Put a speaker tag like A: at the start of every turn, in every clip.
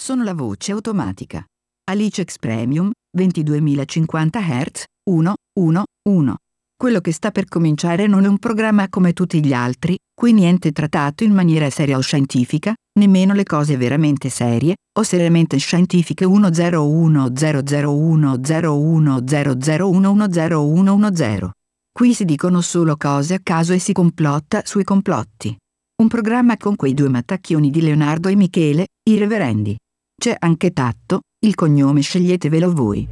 A: sono la voce automatica. Alice X Premium 22.050 Hz 1, 1, 1. Quello che sta per cominciare non è un programma come tutti gli altri, qui niente trattato in maniera seria o scientifica, nemmeno le cose veramente serie o seriamente scientifiche 101001010100110110110. Qui si dicono solo cose a caso e si complotta sui complotti. Un programma con quei due mattacchioni di Leonardo e Michele, i reverendi. C'è anche Tatto, il cognome sceglietevelo voi.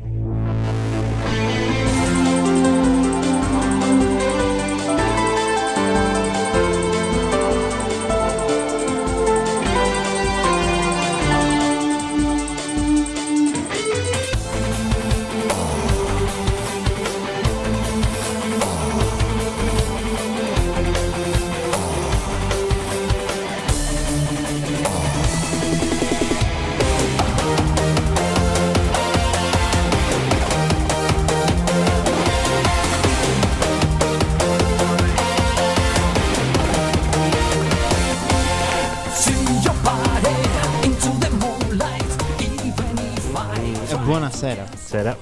B: E Eh, buonasera,
C: Sera.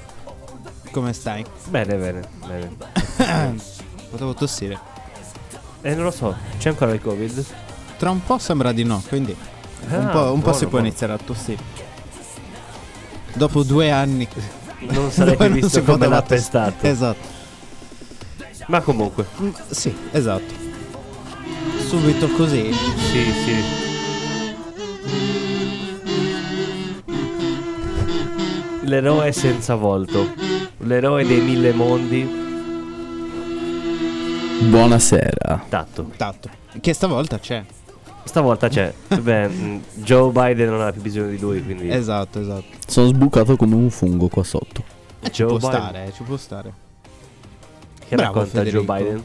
B: come stai?
C: Bene, bene, bene.
B: Potevo tossire.
C: E Eh, non lo so, c'è ancora il Covid?
B: Tra un po' sembra di no, quindi un
C: Ah,
B: po', un po' si può
C: buono, buono.
B: iniziare a tossire. Dopo due anni
C: Non sarete
B: dove non
C: visto
B: si
C: come
B: poteva
C: l'ha
B: toss-
C: pestato.
B: Esatto,
C: Ma comunque,
B: Mm, sì, esatto. Subito così.
C: sì, sì. L'eroe senza volto. L'eroe dei mille mondi.
D: Buonasera.
C: Tatto.
B: Tanto. Che stavolta c'è.
C: Stavolta c'è. Beh, mh, Joe Biden non ha più bisogno di lui, quindi...
B: Esatto, esatto.
D: Sono sbucato come un fungo qua sotto.
B: Eh, ci
C: Joe
B: può
C: Biden.
B: stare, eh, ci può stare.
C: Che
B: Bravo,
C: racconta
B: Federico.
C: Joe Biden?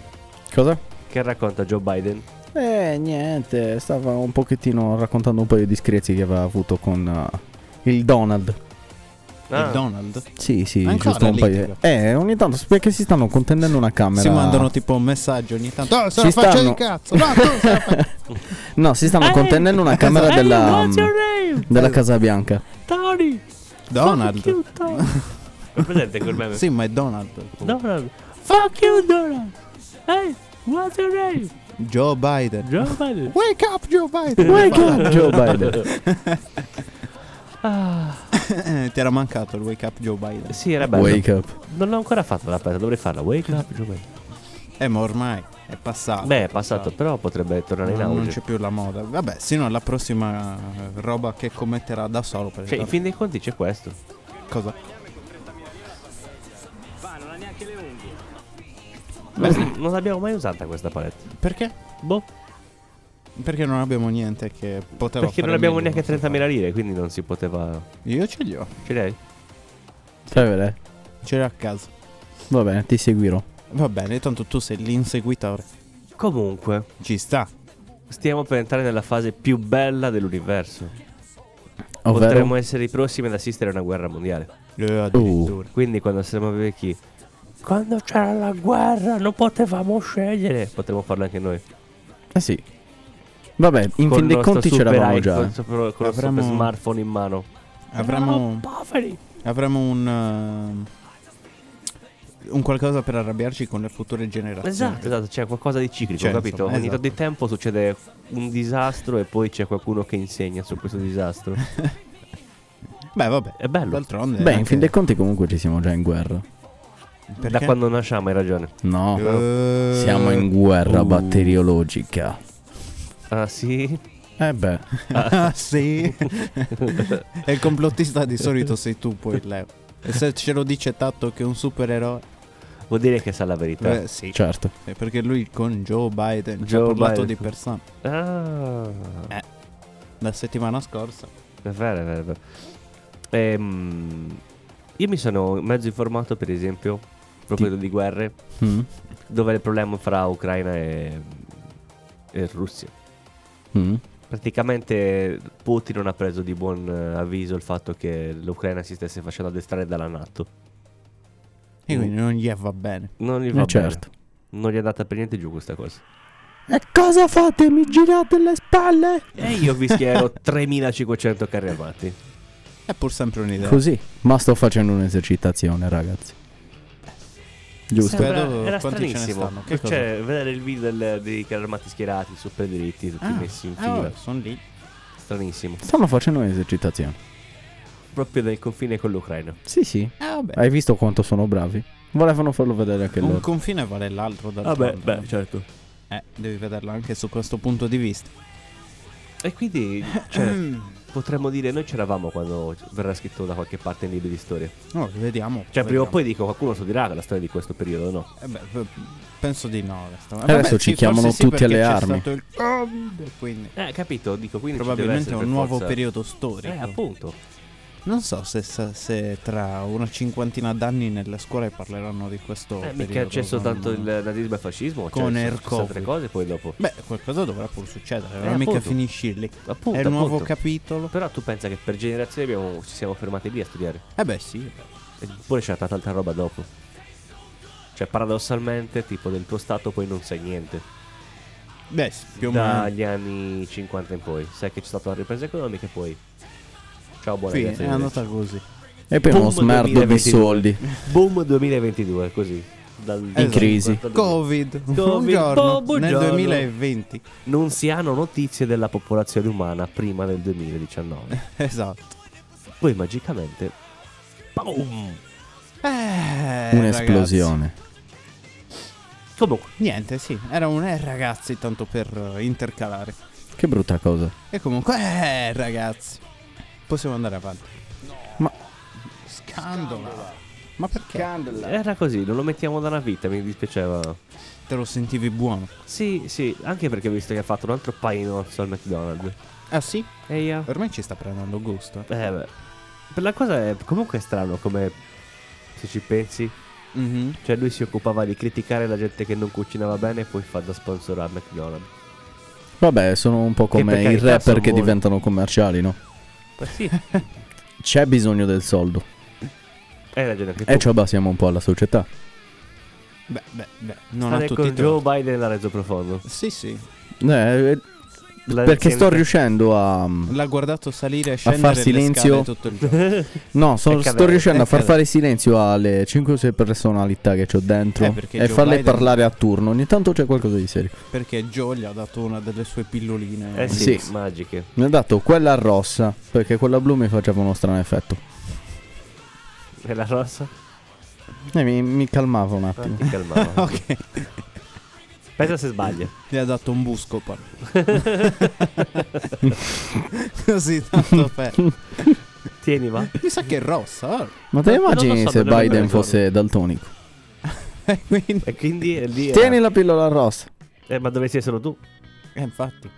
D: Cosa?
C: Che racconta Joe Biden?
D: Eh, niente, stava un pochettino raccontando un paio di screzi che aveva avuto con eh, il Donald.
C: Ah,
B: Il Donald.
D: Sì, sì,
B: Ancora
D: giusto un paio.
B: litiga.
D: Eh, ogni tanto s- perché si stanno contendendo una camera.
B: Si mandano tipo un messaggio ogni tanto. Oh, se
D: Ci
B: la faccia
D: stanno.
B: di cazzo. No, tu se la faccia-
D: No, si stanno contendendo una camera
E: Eh,
D: della
F: Eh, What's your
D: mm,
F: name?
D: della Casa Bianca.
F: Tony. Fuck
B: Donald.
F: you, Tony.
C: è presente quel meme?
B: Sì, ma è Donald.
F: Donald. Fuck you, Donald. Hey, what's your name?
B: Joe Biden.
F: Joe Biden.
B: Wake up Joe Biden.
D: Wake up Joe Biden.
B: Eh, Ti era mancato il wake up Joe Biden.
C: Sì, era bello.
D: Wake up.
C: Non l'ho ancora fatto la pezza, dovrei farla. Wake up, Joe Biden.
B: Eh, ma ormai è
D: Ah,
B: passato.
C: Beh, è passato, però potrebbe tornare in
B: No, non
C: auge.
B: c'è più la moda. Vabbè, sino alla prossima eh, roba che commetterà da solo. Per
C: Cioè, in fin dei conti c'è questo.
B: cosa?
C: Non, non l'abbiamo mai usata questa palette.
B: Perché?
C: Boh,
B: Perché non abbiamo niente che poteva
C: perché
B: fare
C: non abbiamo
B: meglio,
C: neanche
B: non so
C: 30.000 lire, quindi non si poteva...
B: fare. Io ce li ho.
C: Ce l'hai?
D: Fai vedere.
B: Ce li ho a casa.
D: Va bene, ti seguirò.
B: Va bene, tanto tu sei l'inseguitore.
C: Comunque,
B: Ci sta.
C: stiamo per entrare nella fase più bella dell'universo.
D: Ovvero
C: Potremmo essere i prossimi ad assistere a una guerra mondiale.
B: Eh, addirittura.
C: Quindi quando saremo vecchi... Quando c'era la guerra non potevamo scegliere. Potremmo farlo anche noi.
D: Eh sì. Vabbè, in
C: Con
D: fin
C: il
D: dei
C: nostro
D: conti
C: super
D: c'eravamo già. eh.
C: iPhone, sopra- Con il
B: Avremmo-
C: nostro smartphone in mano.
B: Avremo,
F: Poveri.
B: avremo un. eh, un qualcosa per arrabbiarci con le future generazioni.
C: Esatto, esatto, c'è qualcosa di ciclico,
B: Cioè,
C: capito?
B: insomma,
C: Ogni
B: esatto.
C: tanto di tempo succede un disastro e poi c'è qualcuno che insegna su questo disastro.
B: Beh, vabbè.
C: È bello.
B: D'altronde.
D: Beh, in
B: anche-
D: fin dei conti comunque ci siamo già in guerra.
B: perché?
C: Da quando nasciamo, hai ragione.
D: No.
B: Eh,
D: Siamo in guerra
B: uh.
D: batteriologica.
C: Ah sì?
D: Eh beh,
B: Ah, sì. e il complottista di solito sei tu, poi Leo. E se ce lo dice Tatto che è un supereroe,
C: Vuol dire che sa la verità.
B: eh, sì.
D: certo.
B: Eh, Perché lui con Joe Biden ci ha
C: Cioè Joe
B: parlato
C: Biden.
B: di persona
C: Ah,
B: Eh. la settimana scorsa.
C: è vero, è vero. è vero. Ehm, io mi sono mezzo informato, per esempio, proprio di guerre,
D: Mm.
C: dove è il problema fra Ucraina e, e Russia.
D: Mm.
C: Praticamente Putin non ha preso di buon eh, avviso il fatto che l'Ucraina si stesse facendo addestrare dalla Nato. Mm.
B: E quindi non gli va bene.
C: Non gli
D: Eh,
C: va bene.
D: certo.
C: Non gli è andata per niente giù questa cosa.
D: E cosa
C: Eh,
D: fate? Mi girate le spalle?
C: E io vi schiero 3500 carri armati.
B: È pur sempre un'idea.
D: Così. Ma sto facendo un'esercitazione, ragazzi. Giusto.
B: Sì.
C: Sembra-
B: Vedo
C: era
B: quanti ce ne
C: stranissimo.
B: stanno. Che
C: cioè, vedere il video del- dei carri armati schierati, super dritti, tutti messi
B: ah,
C: in fila.
B: sono Eh, lì.
C: Stranissimo.
D: Stanno facendo un'esercitazione.
C: Proprio nel confine con l'Ucraina.
D: Sì, sì.
B: Ah, vabbè.
D: Hai visto quanto sono bravi? Volevano farlo vedere anche
B: Un
D: loro.
B: confine vale l'altro d'altronde.
C: Vabbè, beh, certo.
B: Eh, devi vederla anche su questo punto di vista.
C: E quindi, cioè, potremmo dire, noi c'eravamo quando verrà scritto da qualche parte in libri di storia. Cioè,
B: No, Oh, vediamo.
C: prima
B: vediamo.
C: o poi dico, qualcuno studierà la storia di questo periodo, no?
B: Eh beh, p- penso di no. resta-
D: Adesso ci
B: forse
D: chiamano
B: sì,
D: tutti
B: perché
D: alle
B: c'è
D: armi.
B: stato il Covid, e quindi
C: Eh, capito, dico, quindi ci deve
B: probabilmente è
C: essere
B: un
C: per
B: nuovo
C: forza-
B: periodo
C: Eh,
B: storico.
C: appunto.
B: non so se, sa- se tra una cinquantina d'anni nelle scuole parleranno di questo
C: Eh,
B: periodo.
C: mica è accesso
B: non-
C: tanto il nazismo e il fascismo.
B: Con
C: cioè,
B: il
C: sono tutte altre
B: Covid.
C: cose poi dopo.
B: Beh, qualcosa dovrà pur succedere, non
C: Eh,
B: mica
C: appunto.
B: finisci lì.
C: Appunto,
B: è il nuovo
C: appunto.
B: capitolo.
C: Però tu pensa che per generazioni abbiamo- ci siamo fermati lì a studiare.
B: Eh beh, sì. beh.
C: Eppure c'è tanta altra roba dopo. Cioè, paradossalmente, tipo, del tuo stato poi non sai niente.
B: Beh, sì, più o meno.
C: Dagli anni 50 in poi. Sai che c'è stata la ripresa economica e poi... Ciao, buona
B: Sì,
C: ragazzi,
B: è andata così.
D: E poi uno
C: Boom
D: smerdo di
C: 2022.
D: soldi.
C: Boom 2022, così.
B: Esatto.
C: Dal, dal-
D: crisi.
C: dal-
B: Covid,
C: Oh,
B: buongiorno, nel
C: buongiorno.
B: 2020.
C: Non si hanno notizie della popolazione umana prima del 2019.
B: Esatto.
C: Poi magicamente... Boom!
B: Eh, ragazzi.
D: Un'esplosione.
C: Comunque,
B: Niente, sì, era un eh ragazzi tanto per eh, intercalare.
D: Che brutta cosa.
B: E comunque, eh ragazzi, possiamo andare avanti.
D: Ma-
B: Scandola. Ma perché?
C: era così, non lo mettiamo da una vita, mi dispiaceva.
B: Te lo sentivi buono?
C: Sì, sì, anche perché ho visto che ha fatto un altro painozzo al McDonald's.
B: Ah sì?
C: Eia.
B: Ormai ci sta prendendo gusto. eh.
C: Eh beh. Per la cosa è comunque è strano come se ci pensi.
B: Mhm.
C: Cioè lui si occupava di criticare la gente che non cucinava bene e poi fa da sponsor a McDonald's.
D: Vabbè, sono un po'
C: per
D: come i
C: carità
D: rapper
C: sono
D: che
C: buoni.
D: diventano commerciali, no?
C: Ma Eh sì,
D: C'è bisogno del soldo.
C: hai ragione anche tu.
B: Eh,
D: E ci abbasiamo un po' alla società.
B: Beh, beh, beh, non
C: Stare
B: a tutti.
C: con
B: i
C: Joe Biden l'ha reso profondo.
B: torti. Sì, sì.
D: Eh, eh,
C: La
D: perché
C: azienda-
D: sto riuscendo a...
B: L'ha guardato salire e scendere
D: far
B: le scale
D: silenzio.
B: tutto il giorno.
D: No, so-
C: È
D: sto
C: cadere,
D: riuscendo
B: è
D: a far
B: cadere.
D: fare silenzio alle 5 o 6 personalità che ho dentro
B: Eh, perché
D: e
B: Joe
D: farle
B: Biden-
D: parlare a turno. Ogni tanto c'è qualcosa di serio.
B: Perché Joe gli ha dato una delle sue pilloline.
C: Eh sì,
D: Sì.
C: magiche.
D: Mi ha dato quella rossa perché quella blu mi faceva uno strano effetto.
C: E la rossa?
D: E Eh, mi, mi calmava un
C: Ah,
D: attimo.
C: ti calmava.
B: Ok.
C: Pensa se sbaglia.
B: Gli ha dato un busco poi. Così tanto per.
C: Tieni va.
B: Mi sa che è rossa.
D: Ma te
C: Eh, non lo
D: immagini
C: so,
D: se
C: dovrebbe
D: Biden
C: ragione.
D: fosse daltonico?
B: eh, Quindi...
C: E quindi eh, lì... eh,
D: Tieni la pillola rossa.
C: eh, ma dove sei solo tu?
B: Eh, infatti.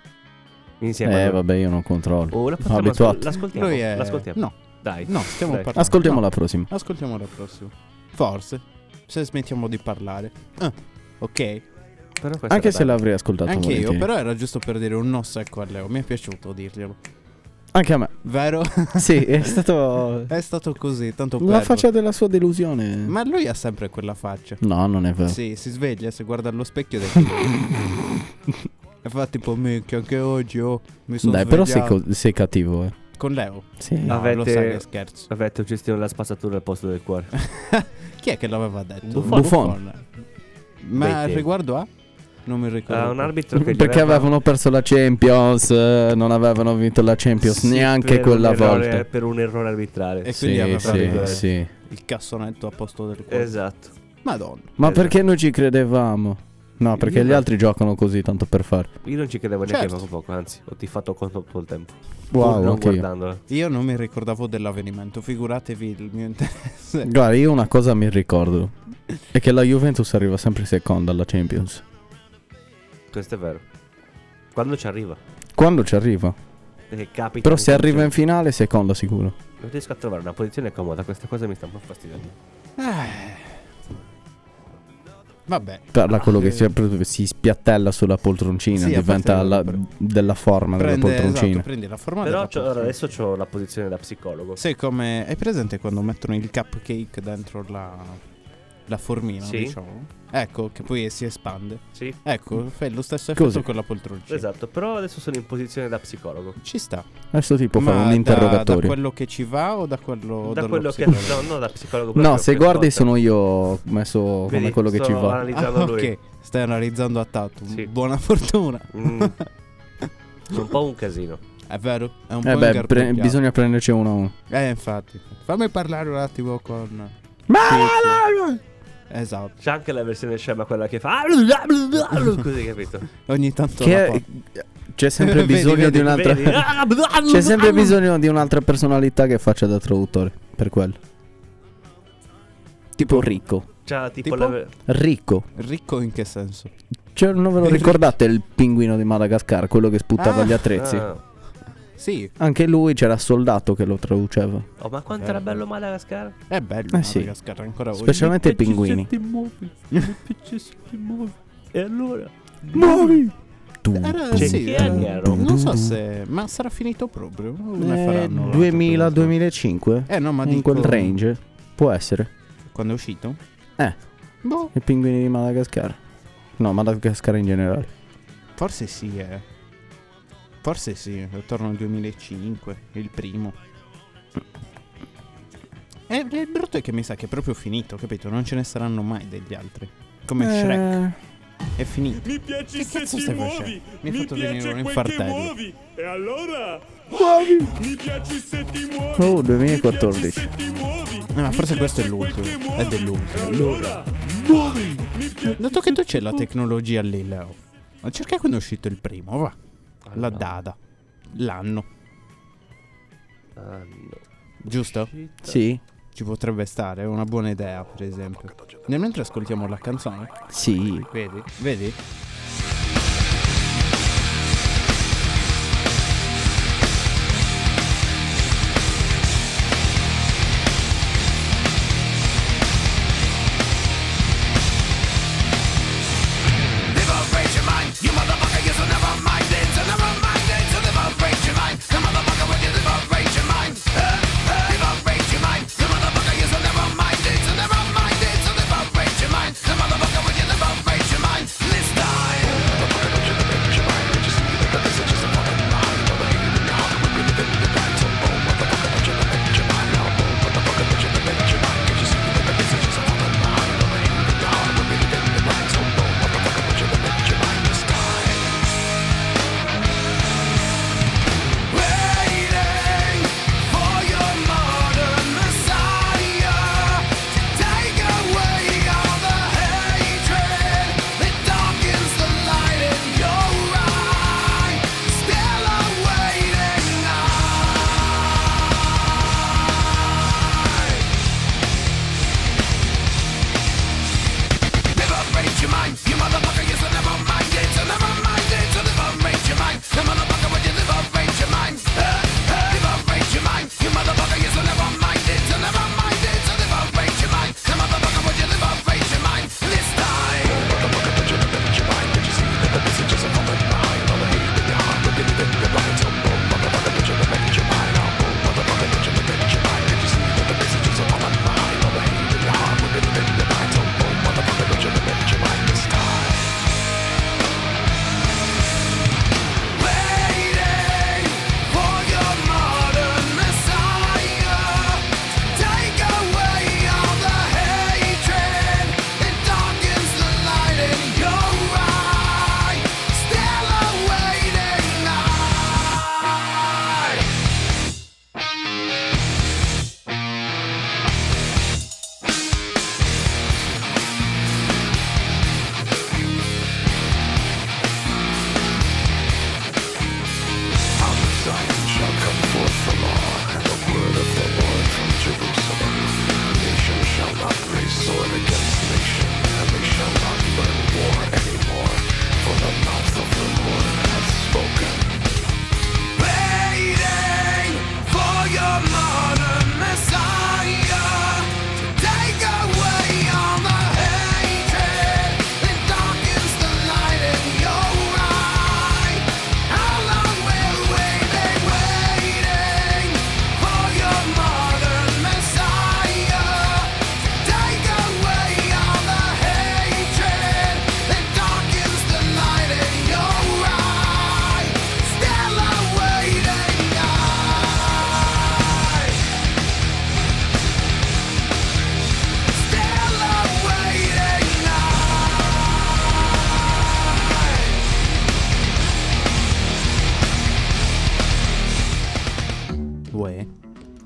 C: Insieme a
D: Eh
C: noi.
D: vabbè, io non controllo.
C: Oh, la facciamo ascol-
D: abituato.
C: l'ascoltiamo.
B: Lui è.
C: L'ascoltiamo.
B: No,
C: Dai.
B: no, stiamo
C: Dai.
B: parlando.
D: Ascoltiamo la prossima.
B: No, ascoltiamo la prossima. Forse. Se smettiamo di parlare. Ah, ok.
C: Però questa
D: Anche
C: era
D: se
C: bella.
D: l'avrei ascoltato
B: Anche io,
D: volentieri.
B: però era giusto per dire un no secco a Leo. Mi è piaciuto dirglielo.
D: Anche a me.
B: Vero?
D: Sì, è stato
B: è stato così, tanto
D: la
B: per.
D: faccia Eh. della sua delusione.
B: Ma lui ha sempre quella faccia.
D: No, non è vero.
B: Sì, si sveglia, si guarda allo specchio e e fa tipo minchia anche oggi oh, mi sono
D: Dai,
B: svegliato
D: però sei, co- sei cattivo, eh.
B: con Leo.
D: Sì.
B: No,
C: Avete-
B: lo sa che è scherzo.
C: Avete gestione la spazzatura al posto del cuore.
B: Chi è che l'aveva detto?
D: Buffon.
B: Ma
C: Dei
B: riguardo a? Non mi ricordo.
C: Ah, un
B: cioè,
C: arbitro che gli
D: Perché
C: aveva-
D: avevano perso la Champions, eh, non avevano vinto la Champions
C: Sì,
D: neanche
C: per un
D: quella
C: errore-
D: volta.
C: Per un errore arbitrale.
B: E quindi
D: Sì,
B: aveva
D: sì,
C: proprio-
D: sì.
B: il cassonetto a posto del cuore.
C: Esatto.
B: Madonna.
D: Ma
C: Esatto.
D: perché noi ci credevamo? No, perché gli altri giocano così tanto per fare.
C: Io non ci credevo neanche
B: Certo.
C: poco poco, anzi, ho tifato contro tutto il tempo. Pur
D: Wow,
C: non
D: anche io.
C: guardandola.
B: Io non mi ricordavo dell'avvenimento, figuratevi il mio interesse.
D: Guarda, io una cosa mi ricordo. È che la Juventus arriva sempre seconda alla Champions.
C: Questo è vero. Quando ci arriva?
D: Quando ci arriva?
C: Perché capita.
D: Però
C: anche
D: se
C: che
D: arriva in
C: c'è-
D: finale, seconda sicuro.
C: Non riesco a trovare una posizione comoda, questa cosa mi sta un po' fastidiando.
B: Eh. Vabbè,
D: Parla quello che
B: eh.
D: si, si spiattella sulla poltroncina,
B: Sì, a
D: diventa
B: parte
D: la-
B: quello,
D: della forma
B: prende,
D: della poltroncina.
B: esatto, prendi la forma
C: Però
B: della
C: c'ho-
B: poltrona.
C: adesso ho la posizione da psicologo.
B: Sai come... Hai presente quando mettono il cupcake dentro la... la formina,
C: Sì.
B: diciamo. Ecco, che poi si espande.
C: Sì,
B: Ecco, fai lo stesso effetto
D: Così.
B: con la poltroncina.
C: Mm. esatto. Però adesso sono in posizione da psicologo.
B: Ci sta.
D: Adesso ti può
B: Ma
D: fare un
B: da- Da,
D: interrogatorio.
B: quello che ci va o da quello o
C: da
B: dallo
C: quello che.
B: psicologo?
C: No, no, da psicologo.
D: No,
C: proprio
D: se
C: che
D: guardi
C: ascolta.
D: sono io messo
C: Vedi,
D: come quello che ci
C: sto
D: va.
C: analizzando
B: Ah,
C: lui.
B: ok. Stai analizzando a tatto.
C: Sì.
B: Buona fortuna.
C: Mm. È un po' un casino.
B: È vero, è un
D: Eh
B: po'
D: beh, pre-
B: ingarbugliato.
D: bisogna prenderci uno a uno.
B: Eh, infatti. Fammi parlare un attimo con...
D: Ma
B: Sì, sì. Esatto.
C: C'è anche la versione scema, quella che fa. "Ah, Così, capito?
B: Ogni tanto... la
D: Che
B: porta.
D: c'è sempre
B: Vedi,
D: bisogno
B: vedi,
D: di un'altra
C: Vedi?
D: C'è sempre bisogno di un'altra personalità che faccia da traduttore per quello. Tipo ricco.
C: C'ha tipo,
B: Tipo?
C: la.
D: Ricco.
B: Ricco in che senso?
D: Cioè, non ve lo
B: Ricco.
D: ricordate il pinguino di Madagascar, quello che sputava
B: Ah,
D: gli attrezzi?
C: Ah.
B: Sì,
D: Anche lui c'era soldato che lo traduceva.
C: Oh, ma
B: Eh.
C: quanto era bello Madagascar?
B: è bello
D: Eh, sì.
B: Madagascar, ancora oggi.
D: Specialmente i pinguini.
C: E allora?
D: Tu,
B: Era-
D: tu,
C: Cioè,
B: sì,
C: che
B: era-
C: anni erano?
B: Non so se... Ma sarà finito proprio? Ne
D: Eh,
B: faranno un altro
D: 2000,
B: per un
D: 2005?
B: altro. Eh no, ma
D: in
B: dico-
D: quel range. Può essere.
B: Quando è uscito?
D: Eh.
B: Boh,
D: I pinguini di Madagascar. No, Madagascar in generale.
B: forse sì, eh. Forse sì, attorno al 2005, il primo. E il brutto è che mi sa che è proprio finito, capito? Non ce ne saranno mai degli altri. Come Shrek,
D: Eh,
B: è finito.
E: Mi piaci
B: Che
E: se
B: cazzo
E: ti
B: stai
E: muovi,
B: facendo? Mi
E: mi,
B: hai fatto venire
E: piace
B: un
E: quel
B: infartello.
E: che muovi. E allora? Mi piaci se ti muovi.
D: Oh,
E: mi piaci
D: 2014.
E: se ti muovi.
B: Eh, ma
E: mi
B: forse questo è
E: piace quel
B: l'ultimo.
E: che
B: È
E: muovi.
B: dell'ultimo.
E: E Allora? Mi piaci
B: Dato che tu c'è la tecnologia lì, Leo. Ma cerca quando è uscito il primo, va. La data. L'anno,
C: Ah, no.
B: giusto?
D: sì,
B: Ci potrebbe stare, è una buona idea, per esempio. Nel mentre ascoltiamo la canzone,
D: sì.
B: vedi? Vedi?
G: Mind, it's a never mind, it's a never mind, your mind. The motherfucker with you never mind, your mind. Let's die.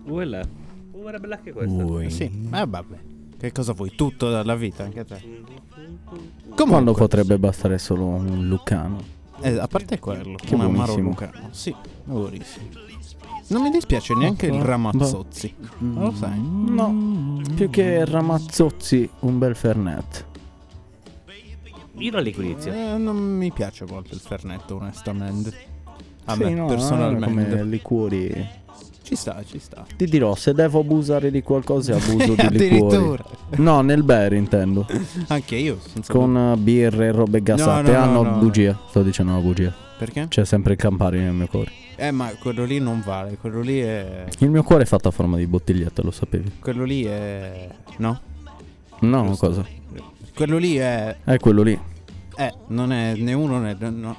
C: Quella. Era bella anche questa.
B: Sì, ma vabbè. Che cosa vuoi? Tutto dalla vita, anche te.
D: Quando potrebbe bastare solo un Lucano.
B: Eh, a parte quello,
D: Che
B: un amaro
D: buonissimo.
B: lucano. Sì, buonissimo. Non mi dispiace neanche il ramazzozzi.
D: Boh.
B: Non lo sai?
D: Mm. No, più che ramazzozzi, un bel Fernet.
C: Io non liquirizia.
B: Eh, non mi piace molto il fernetto, onestamente. A
D: Sì,
B: me,
D: no, eh,
B: personalmente.
D: Come liquori.
B: Ci sta, ci sta.
D: Ti dirò, se devo abusare di qualcosa, abuso di liquori.
B: Addirittura.
D: No, nel bere intendo.
B: Anche io, senza
D: Con eh, birre e robe gassate.
B: no,
D: ah, no,
B: no, no.
D: bugia. Sto dicendo una bugia.
B: Perché?
D: C'è sempre il Campari nel mio cuore.
B: Eh, ma quello lì non vale. Quello lì è.
D: Il mio cuore è fatto a forma di bottiglietta, lo sapevi?
B: Quello lì è. No?
D: No,
B: Giusto.
D: cosa?
B: Quello lì è.
D: È quello lì.
B: Eh, non è né uno né. no,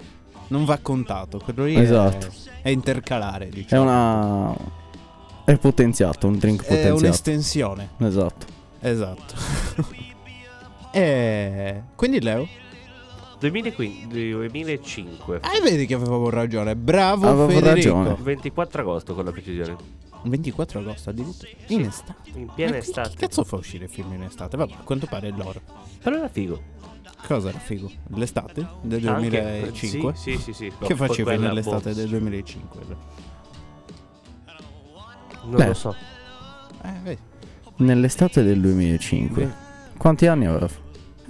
B: non va contato. Quello lì
D: Esatto.
B: è. È intercalare,
D: È
B: diciamo.
D: una. È potenziato, un drink
B: È
D: potenziato.
B: un'estensione.
D: Esatto.
B: Esatto. e. Quindi, Leo.
C: 2015, 2005.
B: Ah, vedi che avevo ragione. Bravo,
D: Avevo
B: Federico.
D: ragione.
C: 24 agosto con la precisione.
B: 24 agosto addirittura. In estate.
C: In
B: Ma
C: piena
B: chi-
C: estate.
B: Chi cazzo fa uscire il film in estate? Vabbè, a quanto pare è loro.
C: Però era figo.
B: Cosa era figo? L'estate del
C: Anche- eh,
B: 2005?
C: Sì, sì, sì. sì. No,
B: Che
C: poi
B: facevi
C: quella,
B: nell'estate del 2005?
C: boh, Non
D: Beh.
C: lo so.
B: Eh, vedi.
D: Nell'estate del 2005. Quanti anni avevo?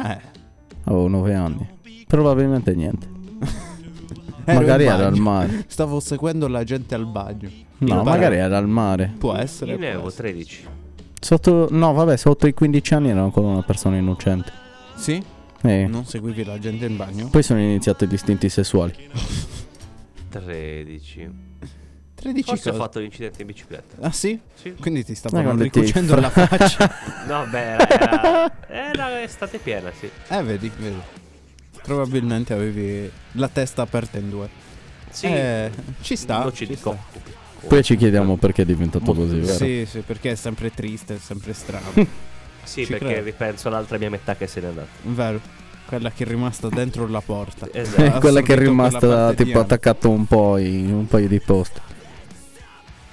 B: Eh,
D: Avevo 9 anni. Probabilmente niente.
B: ero
D: magari
B: in
D: era al
B: bagno.
D: mare.
B: Stavo seguendo la gente al bagno.
D: No,
B: Imparare.
D: magari era al mare.
B: Può essere.
C: Io ne
B: può
C: avevo
B: essere.
C: 13.
D: Sotto. No, vabbè, sotto i 15 anni ero ancora una persona innocente.
B: Sì?
D: Eh.
B: Non seguivi la gente in bagno?
D: Poi sono iniziati gli istinti sessuali.
C: 13.
B: 13
C: Forse ho
B: cosa?
C: fatto l'incidente in bicicletta.
B: Ah sì?
C: Sì.
B: Quindi ti
D: Ma
B: stavano
D: quando ti-
B: ricucendo la faccia.
C: No, beh, eh, era, era estate piena, sì.
B: eh, vedi, vedi. Probabilmente avevi la testa aperta in due.
C: Sì.
B: Eh, ci sta.
C: non ci
B: ci
C: dico.
B: sta.
D: Poi ci chiediamo perché è diventato così, vero?
B: Sì, sì, perché è sempre triste, è sempre strano.
C: Sì,
B: Ci
C: perché
B: credo.
C: ripenso all'altra mia metà che se n'è andata.
B: Vero. Quella che è rimasta dentro la porta.
C: Esatto.
D: È quella che
B: assorbito
D: è
B: quella
D: rimasta
B: parte di
D: tipo
B: Anna.
D: attaccata un po' in un paio di post.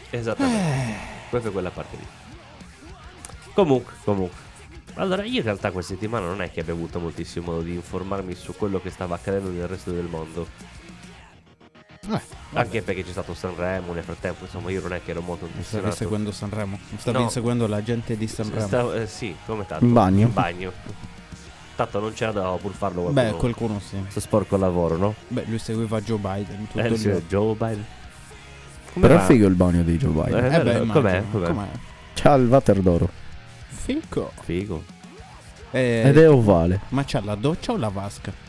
B: Eh.
C: Esattamente. Proprio quella parte lì. Comunque, comunque. Allora, io in realtà questa settimana non è che abbia avuto moltissimo modo di informarmi su quello che stava accadendo nel resto del mondo.
B: Eh.
C: Anche perché c'è stato Sanremo nel frattempo, insomma, io non è che ero molto
B: Non stavi
C: impressionato.
B: seguendo Sanremo. Non stavi
C: No.
B: seguendo la gente di Sanremo.
C: Stavo- eh, sì, come tanto.
D: In bagno.
C: In bagno. Tanto non c'era da pur farlo qualcuno.
B: Beh, qualcuno sì.
C: Sto sporco lavoro, no?
B: Beh, lui seguiva Joe Biden. Tutto
C: Eh,
B: il
C: sì, Joe Biden. Come
D: Però
C: va?
D: è figo il bagno di Joe Biden.
C: Eh,
B: Eh, beh,
C: com'è?
B: immagino.
C: Com'è?
D: C'ha il water d'oro
B: Fico.
C: Figo.
B: Eh,
D: ed è ovale.
B: Ma c'ha la doccia o la vasca?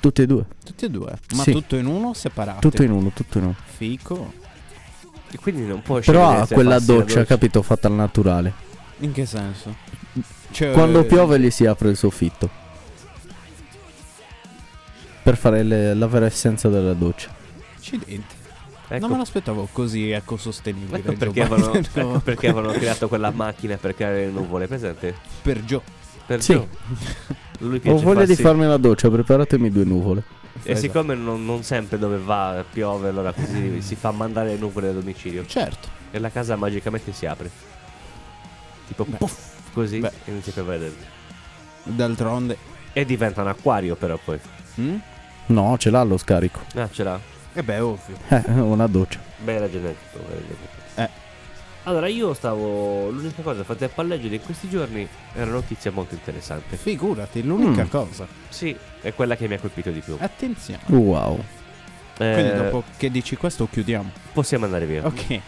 D: Tutti e due.
B: Tutti e due. Ma
D: Sì.
B: tutto in uno o
C: Ah,
B: separato?
D: Tutto in uno, tutto in uno.
B: Fico.
C: E quindi non può
D: Però
C: scegliere
D: ha
C: se
D: quella
C: farsi la
D: doccia, capito, fatta al naturale.
B: In che senso?
C: Eh.
B: Cioè,
D: Quando piove gli si apre il soffitto. Per fare le- la vera essenza della doccia.
B: Accidenti.
C: Ecco,
B: Non me l'aspettavo così ecosostenibile.
C: ecco
B: Joe
C: perché, avevano,
B: Biden, no?
C: ecco perché avevano creato quella macchina per creare le nuvole, presente?
B: Per Joe.
C: Per
D: Sì.
C: Joe. Lui
D: Ho
C: piace
D: voglia di
C: farsi-
D: farmi la doccia, preparatemi due nuvole.
C: E
B: Esatto.
C: siccome non, non sempre dove va piove, allora così si fa mandare le nuvole a domicilio.
B: Certo.
C: E la casa magicamente si apre. Tipo puff, così
B: Beh.
C: e non si può vedere.
B: D'altronde.
C: E diventa un acquario però poi.
B: Mm?
D: No, ce l'ha lo scarico.
C: Ah, ce l'ha.
B: Eh beh, ovvio.
D: Eh, una doccia.
C: Beh, ragione anche tu, hai ragione anche tu.
B: Eh.
C: Allora, io stavo. L'unica cosa fatta a palleggio in questi giorni è una notizia molto interessante.
B: Figurati, l'unica
D: Mm.
B: cosa.
C: Sì, è quella che mi ha colpito di più.
B: Attenzione.
D: Wow.
B: Quindi
C: Eh,
B: dopo che dici questo chiudiamo.
C: possiamo andare via.
B: Ok.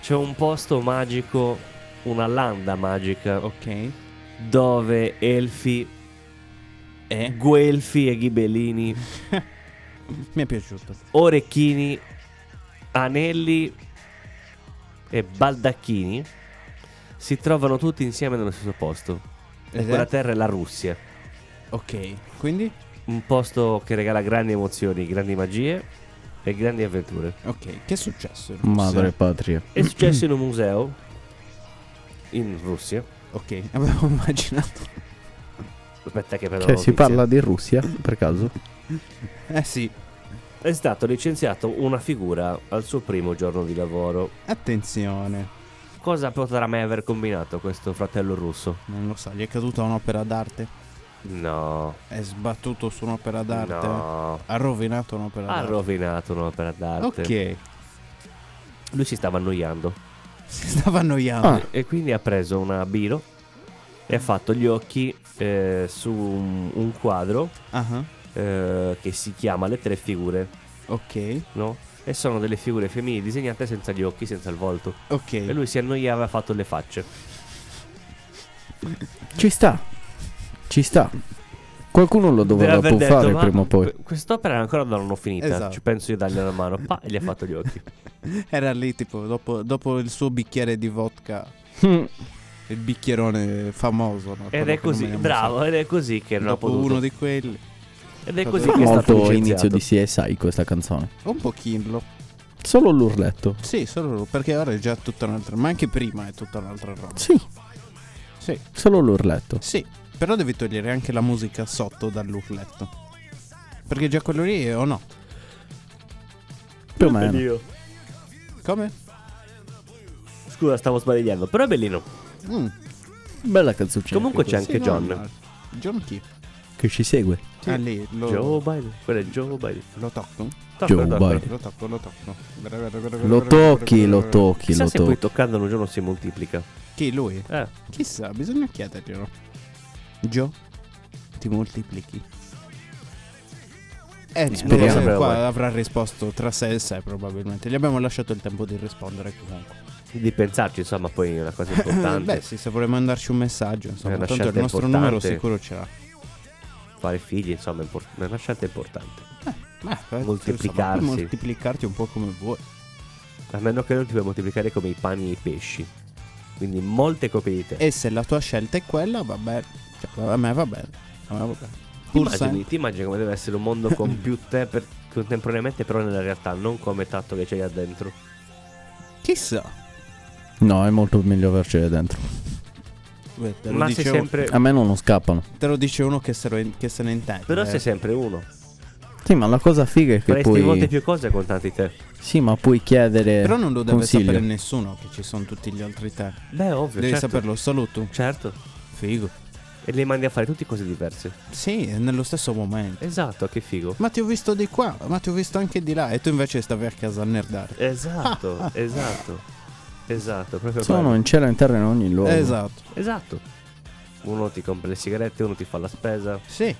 C: C'è un posto magico, una landa magica,
B: Ok.
C: dove Elfi,
B: Eh,
C: Guelfi e Ghibellini, Mm.
B: mi è piaciuto.
C: Orecchini, Anelli e Baldacchini si trovano tutti insieme nello stesso posto. E
B: Ed
C: quella
B: è-
C: terra è la Russia.
B: Ok. Quindi?
C: un posto che regala grandi emozioni, grandi magie e grandi avventure.
B: Ok. Che è successo? in
D: Madre
B: Russia?
D: patria.
C: È successo in un museo in Russia.
B: Ok. Avevo immaginato.
C: Aspetta che prendo
D: Che
C: la
D: Cioè, si
C: notizia.
D: parla di Russia, per caso?
B: Eh sì.
C: È stato licenziato una figura al suo primo giorno di lavoro.
B: Attenzione.
C: Cosa potrà mai aver combinato questo fratello russo?
B: Non lo so, gli è caduta un'opera d'arte.
C: No,
B: È sbattuto su un'opera d'arte.
C: no.
B: Ha rovinato un'opera
C: Ha
B: d'arte.
C: rovinato un'opera d'arte.
B: Ah. Ok,
C: Lui si stava annoiando.
B: si stava annoiando.
D: Ah.
C: E quindi ha preso una biro e ha fatto gli occhi eh, su un, un quadro
B: Ah,
C: eh, che si chiama Le tre figure,
B: Ok,
C: no? E sono delle figure femminili disegnate senza gli occhi, senza il volto.
B: ok.
C: E lui si annoiava e ha fatto le facce.
D: Ci sta. Ci sta. Qualcuno lo
C: Deve
D: dovrà
C: aver
D: pur
C: detto,
D: fare
C: "Ma
D: prima o poi.
C: que- Quest'opera ancora non l'ho finita.
B: Esatto.
C: Ci penso io di dargli una mano. Pa, e gli ha fatto gli occhi.
B: Era lì, tipo, dopo, dopo il suo bicchiere di vodka.
D: Mm.
B: Il bicchierone famoso. no?
C: Ed
B: Quello
C: è
B: che
C: così,
B: non veniamo
C: bravo, ed è così che
B: sempre.
C: non ha
B: Dopo
C: potuto.
B: uno di quelli.
C: Ed è
B: Fa
C: così
D: Fa
C: che è stato
D: molto
C: licenziato.
D: inizio di CSI questa canzone.
B: Un pochino.
D: Solo l'urletto.
B: Sì, solo perché ora è già tutta un'altra. Ma anche prima è tutta un'altra roba.
D: Sì,
B: Sì.
D: solo l'urletto.
B: Sì, però devi togliere anche la musica sotto dall'urletto. Perché già quello lì è o no?
D: Più o meno.
C: Dio.
B: Come?
C: Scusa, stavo sbagliando, però è bellino.
B: Mm,
D: Bella canzoncina.
C: Comunque c'è
D: questa.
C: anche
B: no,
C: John.
B: no. John chi?
D: Che ci segue.
B: Ah, lì, lo,
C: Joe Biden. Quello è Joe Biden.
B: lo tocco.
C: Tocca,
D: Joe
C: tocca.
D: Biden.
B: Lo tocco, lo tocco.
D: Lo tocchi, lo tocchi,
C: Chissà
D: lo
C: se poi
D: tocchi.
C: toccandolo un giorno si moltiplica.
B: Chi lui?
C: Eh,
B: Chissà, bisogna chiederglielo. Joe, ti moltiplichi. Eh,
D: Speriamo.
B: speriamo.
C: Speriamo.
B: qua avrà risposto tra sé e sé probabilmente. Gli abbiamo lasciato il tempo di rispondere comunque.
C: di pensarci, insomma, poi è una cosa importante.
B: Beh, sì, se vuole mandarci un messaggio, insomma,
C: È una
B: tanto il
C: scelta
B: nostro
C: importante.
B: numero sicuro ce l'ha.
C: Fare figli, insomma, è, import- è una scelta importante.
B: Ma eh,
C: Moltiplicarsi.
B: insomma, puoi moltiplicarti un po' come vuoi.
C: A meno che non ti puoi moltiplicare come i pani e i pesci. Quindi molte copie di te.
B: E se la tua scelta è quella, va bene. Cioè, a me va bene. A me va bene.
C: Ti
B: Pur
C: immagini,
B: sempre.
C: ti immagini come deve essere un mondo con più te per- contemporaneamente, però nella realtà, non come tatto che c'hai là dentro.
B: Chissà.
D: No, è molto meglio avercele dentro.
B: Beh, te, lo
C: Ma sei
B: dice un-
C: sempre.
D: A me non scappano.
B: te lo dice uno che se, lo in- che se ne intende. eh.
C: Però sei sempre uno.
D: Sì, ma la cosa figa è che
C: Faresti molte
D: puoi.
C: più cose con tanti te.
D: Sì, ma puoi chiedere.
B: Però non lo deve
D: consiglio.
B: sapere nessuno che ci sono tutti gli altri te.
C: Beh, ovvio.
B: Devi
C: certo.
B: saperlo solo tu.
C: Certo.
B: Figo.
C: E li mandi a fare tutte cose diverse.
B: Sì, è nello stesso momento.
C: Esatto, che figo.
B: Eh, Ma ti ho visto di qua, ma ti ho visto anche di là. E tu invece stavi a casa a nerdare.
C: Esatto, esatto. Esatto, proprio
D: Sono
C: quello.
D: in cielo e in terra in ogni luogo.
B: Esatto.
C: Esatto. Uno ti compra le sigarette, uno ti fa la spesa,
B: Sì,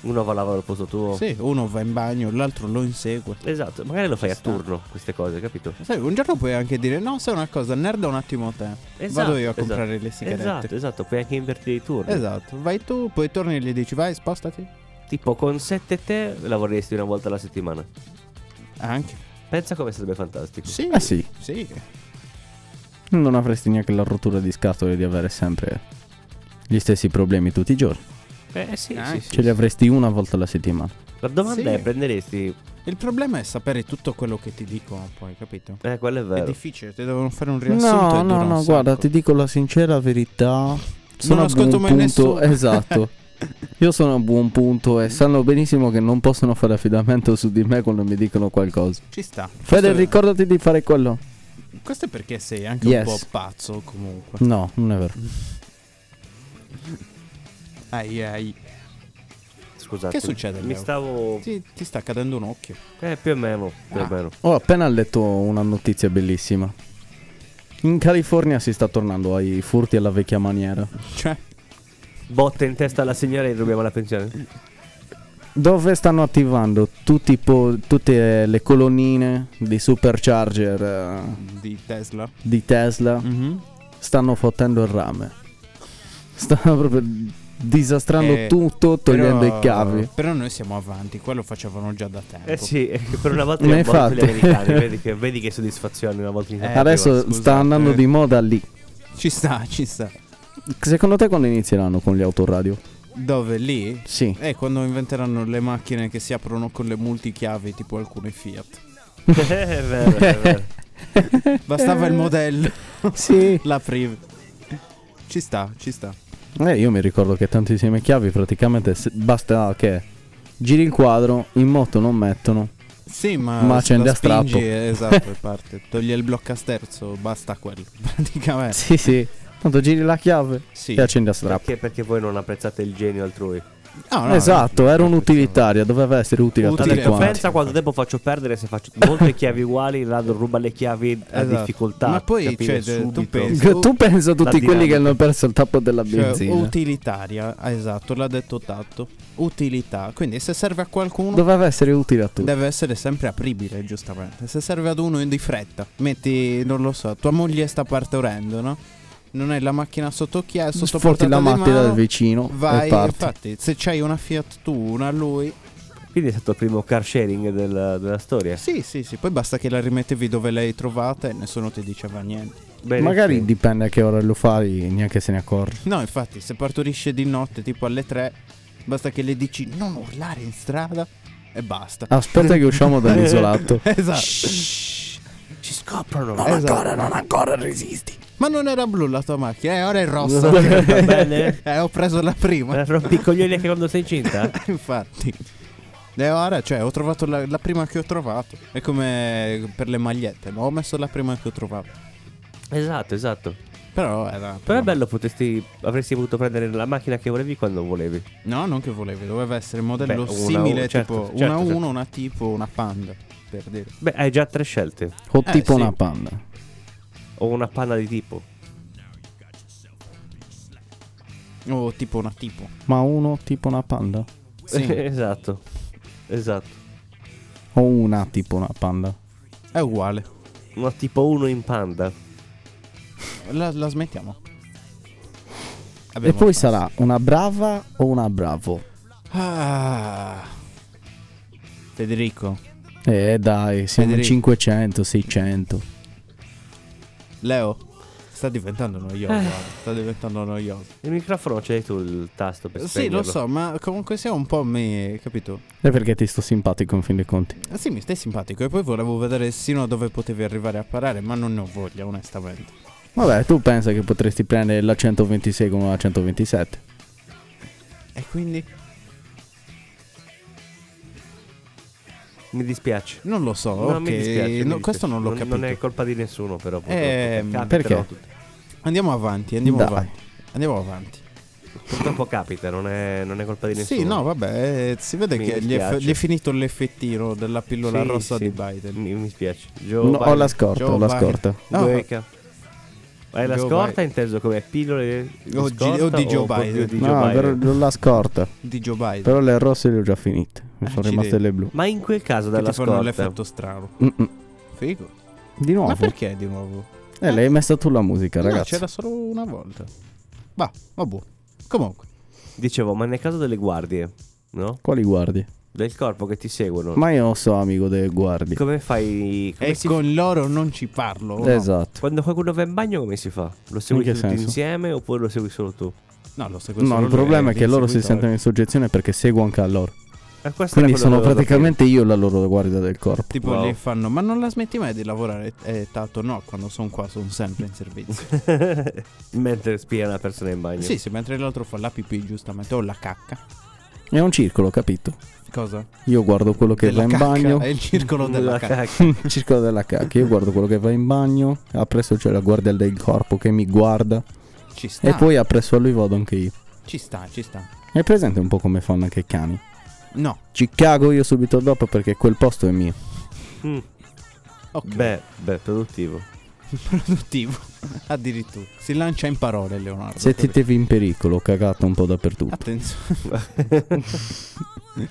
C: uno va a lavare al posto tuo.
B: sì, uno va in bagno, l'altro lo insegue.
C: Esatto, magari lo fai a
B: sta.
C: turno queste cose, capito?
B: Sai, un giorno puoi anche dire: No, sai una cosa, nerda un attimo te.
C: Esatto,
B: Vado io a
C: esatto.
B: comprare le sigarette.
C: Esatto, esatto, puoi anche invertire i turni.
B: Esatto, vai tu, poi torni e gli dici: Vai, spostati.
C: Tipo con 7 te lavoreresti una volta alla settimana.
B: Anche.
C: Pensa come sarebbe fantastico.
B: Sì,
D: Eh sì,
B: sì.
D: non avresti neanche la rottura di scatole di avere sempre gli stessi problemi tutti i giorni.
C: Eh sì,
B: Ah,
C: sì,
B: sì.
C: sì.
D: Ce li avresti una volta alla settimana.
C: La domanda
B: Sì.
C: è prenderesti
B: Il problema è sapere tutto quello che ti dicono, poi, capito?
C: Eh, quello è
B: È
C: vero.
B: difficile, ti devono fare un riassunto.
D: No,
B: e dura
D: no,
B: un
D: no,
B: sacco.
D: guarda, ti dico la sincera verità. Sono a
B: ascolto
D: buon
B: mai
D: punto,
B: nessuno.
D: esatto. Io sono a buon punto e sanno benissimo che non possono fare affidamento su di me quando mi dicono qualcosa.
B: Ci sta.
D: Fede,
B: Questo è-
D: ricordati di fare quello.
B: Questo è perché sei anche
D: Yes.
B: un po' pazzo, comunque.
D: No, non è vero.
B: Ai ai.
C: Scusate.
B: Che succede,
C: Mi
B: Leo?
C: stavo
B: Ti, ti sta cadendo un occhio.
C: eh più o meno, più
B: Ah.
C: o meno.
D: Ho appena letto una notizia bellissima. In California si sta tornando ai furti alla vecchia maniera.
B: Cioè,
C: Botte in testa alla signora e gli rubiamo la pensione.
D: Dove stanno attivando tutti i po- tutte le colonnine di supercharger eh,
B: di Tesla.
D: di Tesla.
B: Mhm.
D: stanno fottendo il rame. Stanno proprio disastrando
B: Eh,
D: tutto, togliendo
B: Però- eh,
D: i cavi.
B: Però noi siamo avanti, quello facevano già da tempo.
C: Eh sì, è che per una volta
D: Ma
C: li hanno
D: infatti.
C: gli americani, vedi che, vedi che soddisfazione una volta in
B: Eh,
D: Adesso
B: arriva,
D: sta
B: scusa,
D: andando
B: eh.
D: di moda lì.
B: Ci sta, ci sta.
D: Secondo te quando inizieranno con gli autoradio?
B: Dove lì?
D: Sì.
B: Eh, quando inventeranno le macchine che si aprono con le multichiavi, tipo alcune Fiat.
C: è vero, è vero.
B: Bastava il modello,
D: Sì.
B: l'aprivi. Ci sta, ci sta.
D: Eh, io mi ricordo che tantissime chiavi praticamente se- basta che giri il quadro, in moto non mettono.
B: Sì, ma,
D: Ma
B: se
D: accende
B: la
D: a strappo.
B: spingi, eh, Esatto, e parte. Togli il blocco a sterzo, basta quello. Praticamente.
D: Sì, sì. Tanto giri la chiave
B: Eh. Sì.
D: e accendi a strappo.
C: Perché, perché voi non apprezzate il genio altrui?
B: No, no,
D: esatto, era
B: questo-
D: un'utilitaria, doveva essere utile a
B: Utile,
D: tutti
C: Tanto
D: quanti.
C: pensa quanto tempo faccio perdere se faccio molte chiavi uguali, il ladro ruba le chiavi a
B: Esatto.
C: difficoltà.
B: Ma poi,
C: capire
B: cioè, tu
C: subito.
B: pensi-
D: Che Tu pensa a tutti
C: La
D: quelli che
C: dinamica.
D: hanno perso il tappo della
B: Cioè,
D: benzina.
B: utilitaria, ah, esatto, l'ha detto Tatto. Utilità. Quindi se serve a qualcuno
D: Doveva essere utile a tutti.
B: deve essere sempre apribile, giustamente. Se serve ad uno di fretta, metti, non lo so, tua moglie sta partorendo, no? Non hai la macchina sotto chia, sotto
D: Sforti
B: portata
D: la
B: di
D: macchina
B: mano,
D: del vicino
B: Vai,
D: e parti.
B: infatti, se c'hai una Fiat tu, una lui,
C: Quindi è stato il primo car sharing del- della storia.
B: Sì, sì, sì, poi basta che la rimettevi dove l'hai trovata e nessuno ti diceva niente.
C: Bene,
D: Magari
C: sì.
D: dipende a che ora lo fai, neanche se ne accorge.
B: No, infatti, se partorisce di notte, tipo alle 3, basta che le dici non urlare in strada e basta.
C: Ah,
D: Aspetta che usciamo dall'isolato.
B: Esatto.
C: ci scoprono.
B: Esatto.
D: non ancora resisti.
B: Ma non era blu la tua macchina, eh, ora è rossa.
C: Va bene.
B: eh, ho preso la prima,
C: Eh, Rompi i coglioni anche quando sei incinta?
B: infatti. E ora, cioè, ho trovato la, la prima che ho trovato. È come per le magliette, no? Ho messo la prima che ho trovato.
C: esatto, esatto.
B: Però era.
C: Però è bello, potresti, avresti potuto prendere la macchina che volevi quando volevi.
B: No, non che volevi, doveva essere un
C: Beh,
B: modello
C: una-
B: simile,
C: certo,
B: tipo
C: certo,
B: una
C: certo.
B: 1, una tipo, una panda, per dire.
C: Beh, hai già tre scelte.
D: O
B: Eh,
D: tipo
B: sì.
D: una panda.
C: O una panna di tipo.
B: O tipo una tipo.
D: Ma uno tipo una panda?
B: Sì,
C: esatto. Esatto.
D: O una tipo una panda?
B: è uguale.
C: Una tipo 1 in panda.
B: La, la smettiamo.
D: e poi sarà una brava o una bravo?
B: Ah. Federico,
D: Eh dai, siamo in
B: Federico.
D: 500, 600.
B: Leo, sta diventando noioso.
C: Eh.
B: guarda, Sta diventando noioso.
C: Il microfono c'hai tu il tasto per
B: Sì, lo
C: spegnerlo.
B: so, ma comunque sia un po' me, capito?
D: E perché ti sto simpatico in fin dei conti?
B: Eh Sì, mi stai simpatico e poi volevo vedere sino a dove potevi arrivare a parare, ma non ne ho voglia, onestamente.
D: Vabbè, tu pensa che potresti prendere la 126 con una 127?
B: E quindi?
C: Mi dispiace.
B: Non lo so,
C: No,
B: ok.
C: mi dispiace,
B: no,
C: mi dispiace.
B: questo non l'ho capito.
C: Non è colpa di nessuno, però. purtroppo.
B: Ehm,
C: Capitano
D: perché?
C: a tutti.
B: Andiamo avanti, andiamo
D: Dai.
B: avanti. Andiamo avanti.
C: Purtroppo capita, non è, non è colpa di nessuno.
B: Sì, no, vabbè, eh, si vede
C: Mi
B: che gli è,
C: dispiace.
B: gli è finito l'effettino della pillola
C: Sì,
B: rossa
C: sì,
B: di Biden.
C: Mi, mi spiace. Joe
D: No, ho
C: Biden.
D: la scorta, ho la
B: Giovanni.
D: scorta.
B: No.
C: Gueca. Hai la
B: Joe
C: scorta
B: Biden.
C: inteso come pillole di
B: O di-
C: scorta
B: o di Joe
C: proprio
B: Biden.
C: di Joe
D: No,
C: Biden?
D: però non la scorta.
B: Di Joe Biden.
D: Però le rosse le ho già finite. Mi sono
B: Accidenti.
D: rimaste le blu.
C: Ma in quel caso
B: che
C: della
B: ti fanno
C: scorta
B: l'effetto strano.
D: Mm-mm.
B: Figo.
D: Di
B: Ma
D: nuovo?
B: perché di nuovo?
D: Eh, lei hai messa tu la musica,
B: No,
D: ragazzi.
B: c'era solo una volta. Bah, vabbè. Comunque.
C: Dicevo, ma nel caso delle guardie, no?
D: Quali guardi?
C: Del corpo che ti seguono.
D: Ma io non so amico delle guardie.
C: Come fai come
B: E
C: si-
B: con loro non ci parlo. oh, no?
D: Esatto.
C: quando qualcuno va in bagno come si fa? Lo segui
D: In che
C: tutti
D: senso?
C: insieme oppure lo segui solo tu?
B: No, lo seguo
D: No,
B: solo
D: il
B: lui,
D: problema è
B: gli
D: che loro si
B: inseguitori.
D: sentono in soggezione perché seguo anche a loro.
C: Eh, questo era
D: Quindi
C: quello
D: sono
C: che volevo
D: praticamente io la loro guardia del corpo.
B: Tipo
C: Wow.
B: lì fanno, ma non la smetti mai di lavorare? E Tato, no, quando sono qua sono sempre in servizio.
C: capire. Mentre spia una persona in bagno.
B: sì, sì, mentre l'altro fa la pipì, giustamente, o la cacca.
D: È un circolo, capito?
B: Cosa?
D: Io guardo quello che
B: Della
D: va in
B: cacca, eh.
D: bagno.
B: È il circolo della,
C: Della
B: cacca.
C: cacca.
D: Il circolo della cacca. Io guardo quello che va in bagno. Appresso c'è la guardia del corpo che mi guarda.
B: Ci sta.
D: E poi appresso a lui vado anche io.
B: Ci sta, ci sta.
D: È presente un po' come fanno anche i cani.
B: No,
D: Ci cago io subito dopo perché quel posto è mio.
C: Mm,
B: ok.
C: Beh, beh, produttivo.
B: Produttivo. Addirittura. Si lancia in parole, Leonardo.
D: Sentitevi in pericolo, cagate un po' dappertutto.
B: Attenzione.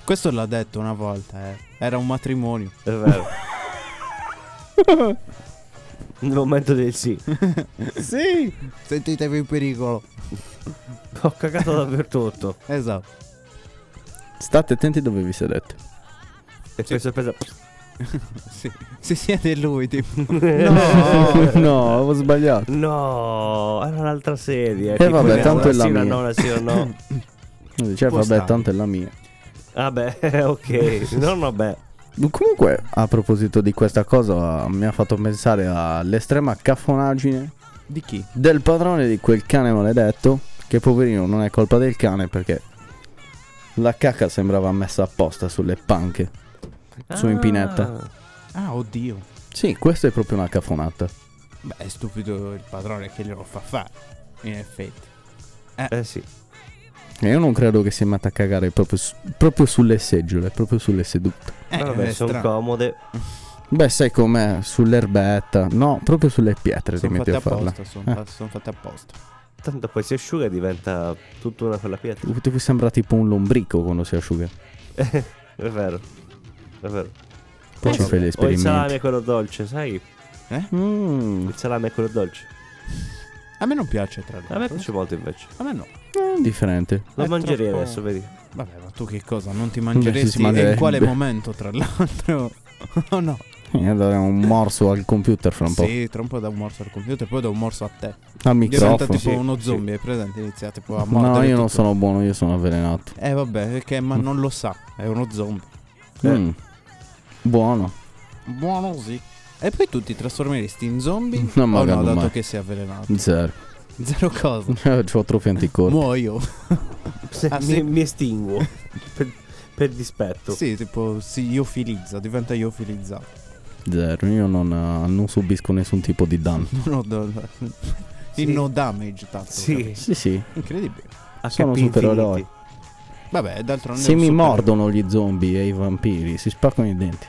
B: Questo l'ha detto una volta, eh. Era un matrimonio.
C: È vero. Nel momento del sì.
B: Sì. Sentitevi in pericolo.
C: Ho cagato dappertutto.
B: Esatto.
D: State attenti dove vi sedete.
C: E per sorpresa...
B: Sì. Si siede lui, tipo.
D: No, no, avevo sbagliato.
C: No, era un'altra sedia.
D: Eh,
C: tipo,
D: vabbè,
C: era
D: tanto
C: una
D: è
C: Ah, sì, una
D: la mia.
C: no, una sì, una no.
D: Dice,
B: Può
D: Cioè, vabbè,
B: stare.
D: tanto è la mia.
C: Vabbè, ok. No, no, beh.
D: Comunque, a proposito di questa cosa, mi ha fatto pensare all'estrema caffonaggine
B: Di chi?
D: del padrone di quel cane maledetto. Che poverino, non è colpa del cane perché la cacca sembrava messa apposta sulle panche. su in pinetta.
C: Ah.
B: Ah, oddio.
D: Sì, questa è proprio una cafonata.
B: Beh, è stupido il padrone che glielo fa fare. In effetti.
C: Eh sì.
D: E Eh, io non credo che sia andata a cagare proprio, su- proprio sulle seggiole, proprio sulle sedute.
B: Eh,
C: Vabbè,
B: è
C: sono
B: strano.
C: comode.
D: Beh, sai com'è? Sull'erbetta. No, proprio sulle pietre ti
B: Sono
D: metti
B: fatte
D: a farla. Eh.
B: apposta. Sono sono fatte apposta.
C: Tanto poi si asciuga e diventa tutta una quella pietra.
D: Tu, tu sembra tipo un lombrico quando si asciuga.
C: È vero. È vero.
D: Poi ci fai gli
C: O il salame
D: esperimenti.
C: è quello dolce, sai?
D: Mm,
C: Il salame è quello dolce.
B: A me non piace, tra l'altro.
C: A me piace molto invece.
B: A me no.
D: eh, differente.
C: Lo
B: È
C: mangerei
B: troppo-
C: adesso, vedi.
B: Vabbè, ma tu che cosa? Non ti
D: Beh, si
B: mangeresti? E in
D: mangerebbe.
B: quale momento, tra l'altro? oh no.
D: E Eh, allora un morso al computer fra un
B: Sì, tra un po' da un morso al computer, poi da un morso a te.
D: po'.
B: Diventa
D: Al microfono.
B: tipo
C: Sì,
B: uno
C: sì.
B: zombie, hai presente? Inizia tipo a mordere
D: No, io non
B: tutto.
D: sono buono, io sono avvelenato.
B: Eh vabbè, perché ma non lo sa, è uno zombie. Eh.
C: Eh,
D: Mm. Buono.
B: Buono sì. E poi tu ti trasformeresti in zombie?
D: No, ma
B: o no,
D: non
B: dato
D: mai.
B: che sei avvelenato.
D: Zero.
B: Zero cosa.
D: Ho troppi anticorpi.
B: Muoio.
C: Se-
B: Ah,
C: mi,
B: sì.
C: mi estinguo. per, per dispetto.
B: Sì, tipo si iofilizza, diventa iofilizzato.
D: Zero. Io non, eh, non subisco nessun tipo di danno.
B: No, no, no. Il no damage tanto.
C: Sì.
D: Sì, sì.
B: Incredibile.
C: HP
D: Sono supereroi.
C: infiniti.
B: Vabbè, d'altronde è
D: Se
B: un
D: mi
B: super-
D: mordono gli zombie e i vampiri, si spaccano i denti.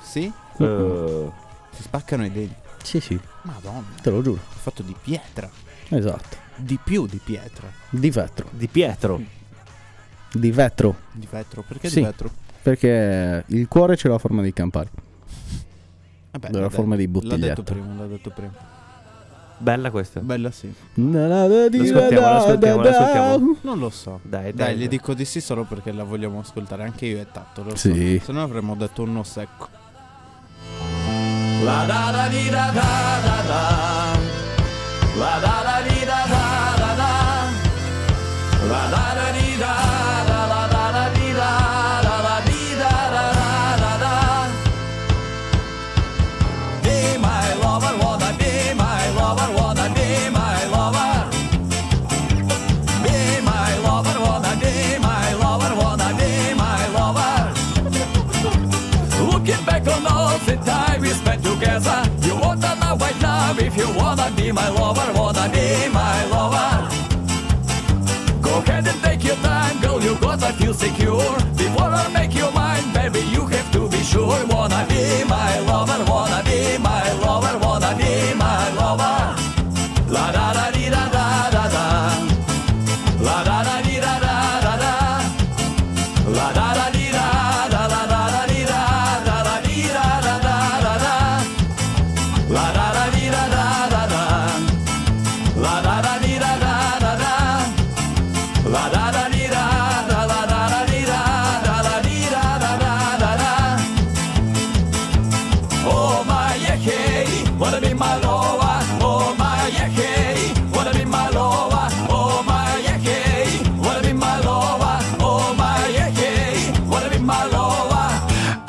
B: Sì?
C: Eh,
B: Si spaccano i denti.
D: Sì, sì,
B: Madonna, è
D: te lo giuro.
B: fatto di pietra.
D: Esatto.
B: Di più di pietra.
D: Di vetro.
C: di Pietro.
D: Di vetro.
B: Di vetro, perché
D: Sì.
B: di vetro?
D: Perché il cuore c'è la forma di campari.
B: Vabbè,
D: Della
B: l'ha de-
D: forma di
B: L'ha detto
D: bottiglietto.
B: prima, l'ha detto prima.
C: Bella questa.
B: Bella sì.
C: L'ascoltiamo, l'ascoltiamo, l'ascoltiamo.
B: Non lo so.
C: Dai, dai.
B: Dai, gli dico di sì solo perché la vogliamo ascoltare anche io e Tatto. Lo
D: Sì.
B: So. Se no avremmo detto un no secco.
G: Looking back on all the time we spent together, you wanna know right now if you wanna be my lover, wanna be my lover. Go ahead and take your time, girl, you gotta feel secure. Before I make your mind, baby, you have to be sure. Wanna be my lover, wanna be my lover, wanna be my lover. La da da di da da da da. La da da di da da da da. La da da di da da da da da di da da da di da da da da da. La da da di da da da da. La da da di da da da da. La da da di da da la da da di da da la di da da da da da. Oh my yeah, hey, wanna be my lover. Oh my yeah, hey, wanna be my lover. Oh my yeah, hey, wanna be my lover. Oh my yeah, hey, wanna be my lover.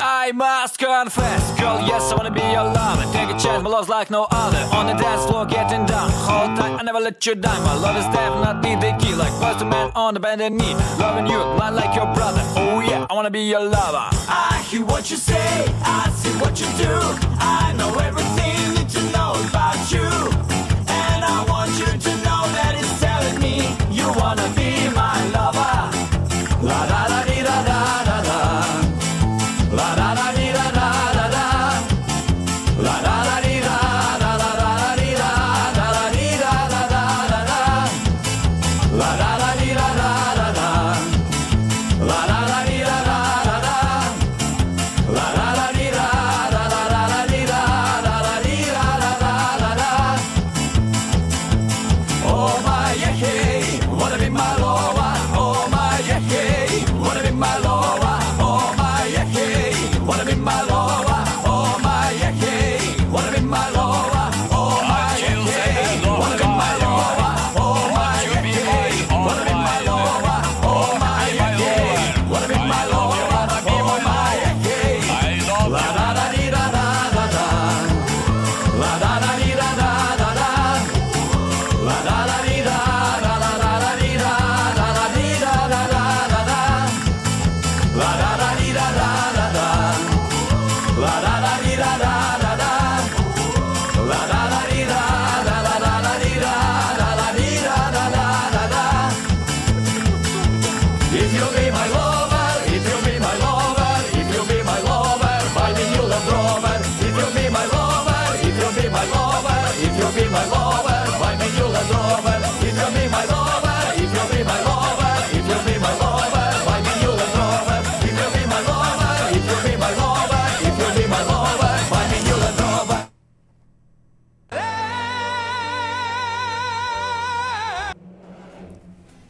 G: I must confess, girl, yes, I wanna be your lover. Take a chance, my love's like no other. On the dance floor, getting down. Hold tight, I never let you down. My love is definitely the key, like first man on the bended knee. Loving you, not like your brother. Oh yeah, I wanna be your lover. I hear what you say, I see what you do. I know everything that you know about you. And I want you to know that it's telling me you wanna be my lover. La da da dee da da da da. La da da dee da da da da. La da da dee da da da da da dee da da da dee da da da da da. La da da dee da da da da. La da da dee da da da da. La la la di la la la la la di la la la di la la la la la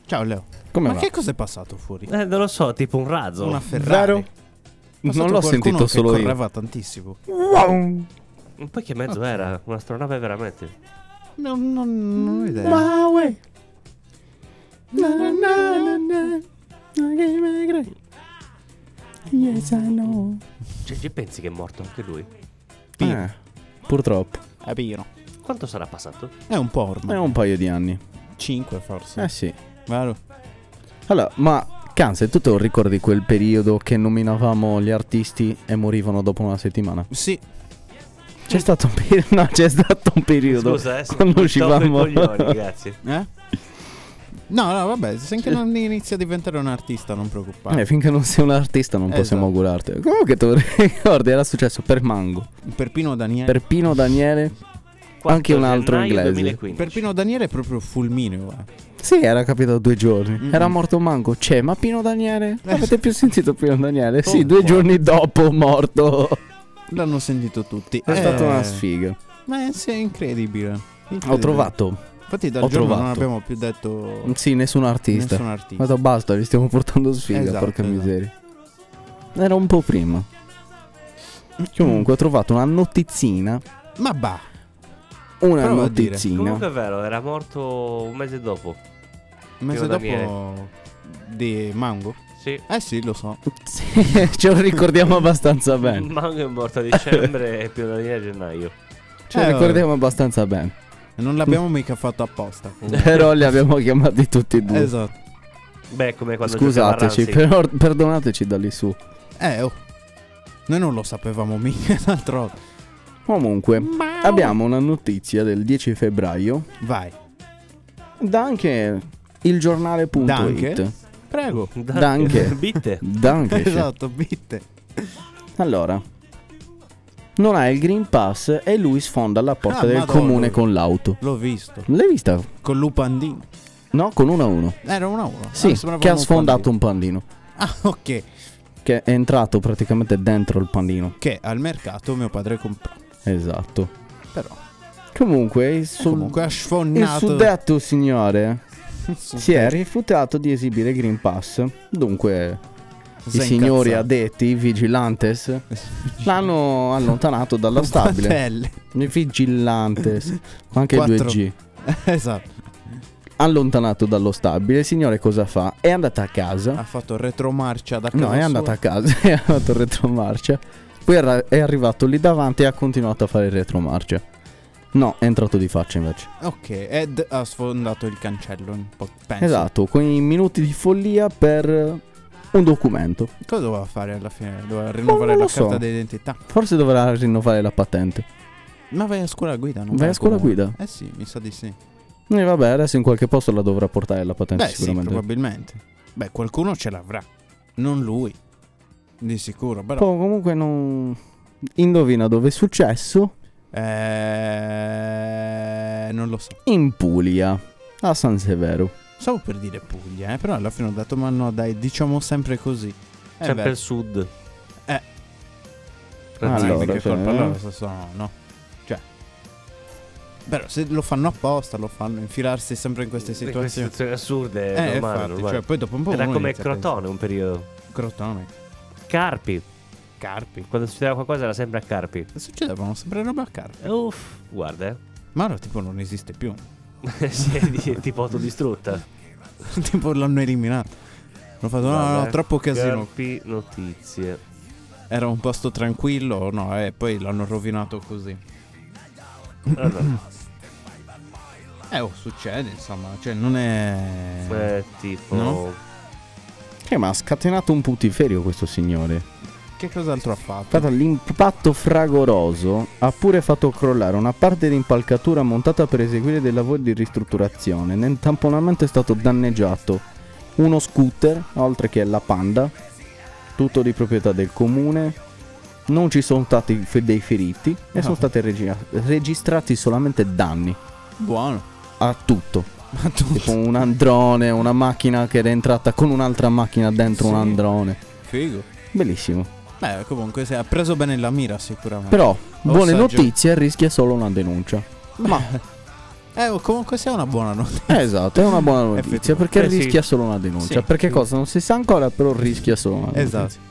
B: Ciao Leo.
D: Come
B: Ma
D: va?
B: che cosa è passato fuori?
C: Eh, non lo so, tipo un razzo.
B: Una Ferrari.
D: Vero?
B: È passato
D: Non
B: qualcuno
D: l'ho sentito
B: che
D: solo io.
B: correva tantissimo.
C: Ma Poi che mezzo era? Un'astronave veramente?
B: Non, non, non ho idea.
F: Yes, I know.
C: Cioè, ci pensi che è morto anche lui?
D: Eh, purtroppo.
B: È Pino.
C: Quanto sarà passato?
B: È un po'
D: È
B: ormai.
D: un paio di anni.
B: 5 forse.
D: Eh sì.
B: Vero?
D: Allora, ma Kanze, tu te lo ricordi quel periodo che nominavamo gli artisti e morivano dopo una settimana?
B: Sì. eh?
D: C'è stato un periodo. No, c'è stato un periodo.
C: Scusa, eh.
D: quando
C: mi tocco i
D: uscivamo.
C: coglioni, grazie.
B: Eh? No, no, vabbè, se anche non inizia a diventare un artista, non preoccupare.
D: Eh, finché non sei un artista non possiamo
B: Esatto.
D: augurarti. Comunque te lo ricordi, era successo per Mango,
B: Per Pino Daniele.
D: per Pino Daniele.
C: 4
D: Anche un altro
C: gennaio
D: inglese.
C: 2015.
B: Per Pino Daniele è proprio fulmineo. eh.
D: Sì, era capitato due giorni.
B: Mm-mm.
D: Era morto Mango. C'è, ma Pino Daniele?
B: Eh.
D: Avete più sentito Pino Daniele? Sì,
C: Oh,
D: due
C: wow.
D: giorni dopo morto.
B: L'hanno sentito tutti.
D: È
B: Eh,
D: stata una sfiga.
B: Ma è, sì, è incredibile.
D: Ho
B: Incredibile.
D: trovato.
B: Infatti, dal
D: ho
B: giorno non
D: trovato.
B: abbiamo più detto
D: Sì, nessun artista.
B: nessun
D: Ma
B: artista.
D: detto, basta, vi stiamo portando sfiga,
B: Esatto,
D: porca
B: esatto.
D: miseria. Era un po' prima. Comunque ho trovato una notizina.
B: Ma bah,
D: Una
B: Prova a dire.
D: notizina.
C: Comunque è vero, era morto un mese dopo.
B: un mese
C: Pino
B: dopo
C: Daniele.
B: di Mango?
C: Sì.
B: Eh sì, lo so.
D: Sì, ce lo ricordiamo abbastanza
B: Eh,
D: bene.
C: Mango è morto a dicembre e più da a gennaio.
D: Ce lo
B: Eh,
D: ricordiamo abbastanza bene.
B: Non l'abbiamo mica fatto apposta. comunque.
D: Però li abbiamo chiamati tutti e due.
B: eh. esatto.
C: Beh, come quando
D: Scusateci,
C: giocava Ranzig.
D: però- perdonateci da lì su.
B: Eh, oh. Noi non lo sapevamo mica, d'altro.
D: Comunque, abbiamo una notizia del 10 febbraio
B: Vai.
D: da anche il giornale.it.
B: Da anche? Prego. Eh,
C: Da-
D: Danke.
C: Bitte.
D: Da anche.
B: Esatto, bitte.
D: Allora, non ha il Green Pass e lui sfonda la porta
B: Ah,
D: del
B: madonna.
D: comune con l'auto.
B: L'ho visto.
D: L'hai vista?
B: Con Lupandino.
D: No, con 1 a 1.
B: Era una a uno.
D: Sì,
B: Ah, sembrava
D: che ha
B: un
D: sfondato un pandino.
B: pandino. Ah, ok.
D: Che è entrato praticamente dentro il pandino.
B: Che al mercato mio padre comprò.
D: Esatto.
B: Però.
D: Comunque, il, sul-
B: Eh, Comunque ha
D: il
B: sfondato.
D: suddetto signore si è
B: Suddet-
D: rifiutato di esibire il Green Pass. Dunque,
B: si è
D: i signori
B: incazzato.
D: addetti, i vigilantes, l'hanno allontanato dalla stabile.
B: Patelle.
D: I vigilantes, anche i
B: Quattro.
D: 2G.
B: esatto.
D: allontanato dallo stabile. Il signore cosa fa? È andata a casa.
B: Ha fatto retromarcia da Ah, casa
D: No, è
B: sua.
D: andata a casa, è andato in retromarcia. Poi era- è arrivato lì davanti e ha continuato a fare il retromarcia. No, è entrato di faccia invece.
B: Ok, Ed ha sfondato il cancello un po', penso.
D: Esatto, con i minuti di follia per eh, un documento.
B: Cosa doveva fare alla fine? Doveva rinnovare
D: non
B: la
D: lo so.
B: carta d'identità.
D: Forse dovrà rinnovare la patente.
B: Ma vai a scuola a guida, non
D: Vai a
B: al
D: scuola a
B: comune.
D: guida.
B: Eh sì, mi sa di sì.
D: E vabbè, adesso in qualche posto la dovrà portare la patente
B: Beh, sì,
D: sicuramente.
B: probabilmente. Beh, qualcuno ce l'avrà. Non lui. Di sicuro, però.
D: Poi comunque non... Indovina dove è successo?
B: Eh, non lo so.
D: In Puglia, a San Severo.
B: Stavo per dire Puglia, eh, però alla fine ho detto, ma no, dai, diciamo sempre così. Eh,
C: Sempre
B: beh,
C: il sud.
B: Eh. sai di
C: Ranzig.
D: Allora,
B: che
D: cioè,
B: colpa
D: eh.
B: loro se sono, no? Cioè. Però se lo fanno apposta, lo fanno infilarsi sempre in queste
C: Queste
B: situazioni.
C: situazioni assurde,
B: eh,
C: normale,
B: infatti,
C: normale.
B: cioè, poi dopo un po'
C: Era
B: uno
C: come
B: inizia a
C: Crotone un periodo.
B: pensare. Crotone.
C: Carpi.
B: Carpi.
C: Quando succedeva qualcosa era sempre a Carpi.
B: Succedevano sempre roba a carpi.
C: Uff, guarda. eh.
B: Ma ora tipo non esiste più.
C: si è di- tipo autodistrutta.
B: tipo l'hanno eliminato. Hanno fatto no, no,
C: Vabbè.
B: no, troppo casino.
C: eh. Carpi notizie.
B: Era un posto tranquillo, no, e poi l'hanno rovinato così.
C: Allora,
B: Eh, oh, succede, insomma, cioè non è...
C: eh, tipo...
B: No?
D: Che ma ha scatenato un putiferio questo signore.
B: Che cos'altro ha fatto?
D: Tra l'altro, l'impatto fragoroso ha pure fatto crollare una parte di impalcatura montata per eseguire dei lavori di ristrutturazione. Nel tamponamento è stato danneggiato uno scooter, oltre che la panda, tutto di proprietà del comune. Non ci sono stati fe- dei feriti e
B: Ah.
D: sono stati regi- registrati solamente danni
B: Buono.
D: a tutto.
B: Ma tu...
D: Tipo un androne, una macchina che era entrata con un'altra macchina dentro un
B: Sì.
D: androne.
B: Figo.
D: Bellissimo.
B: Beh, comunque se ha preso bene la mira sicuramente.
D: Però, buone
B: saggio.
D: notizie, rischia solo una denuncia. Ma
B: Eh, oh, comunque sia una buona notizia.
D: Eh, esatto, è una buona notizia
B: Effettivamente.
D: perché
C: Eh, sì.
D: rischia solo una denuncia.
B: Sì,
D: perché
B: sì.
D: cosa non si sa ancora, però rischia solo una denuncia.
B: Esatto.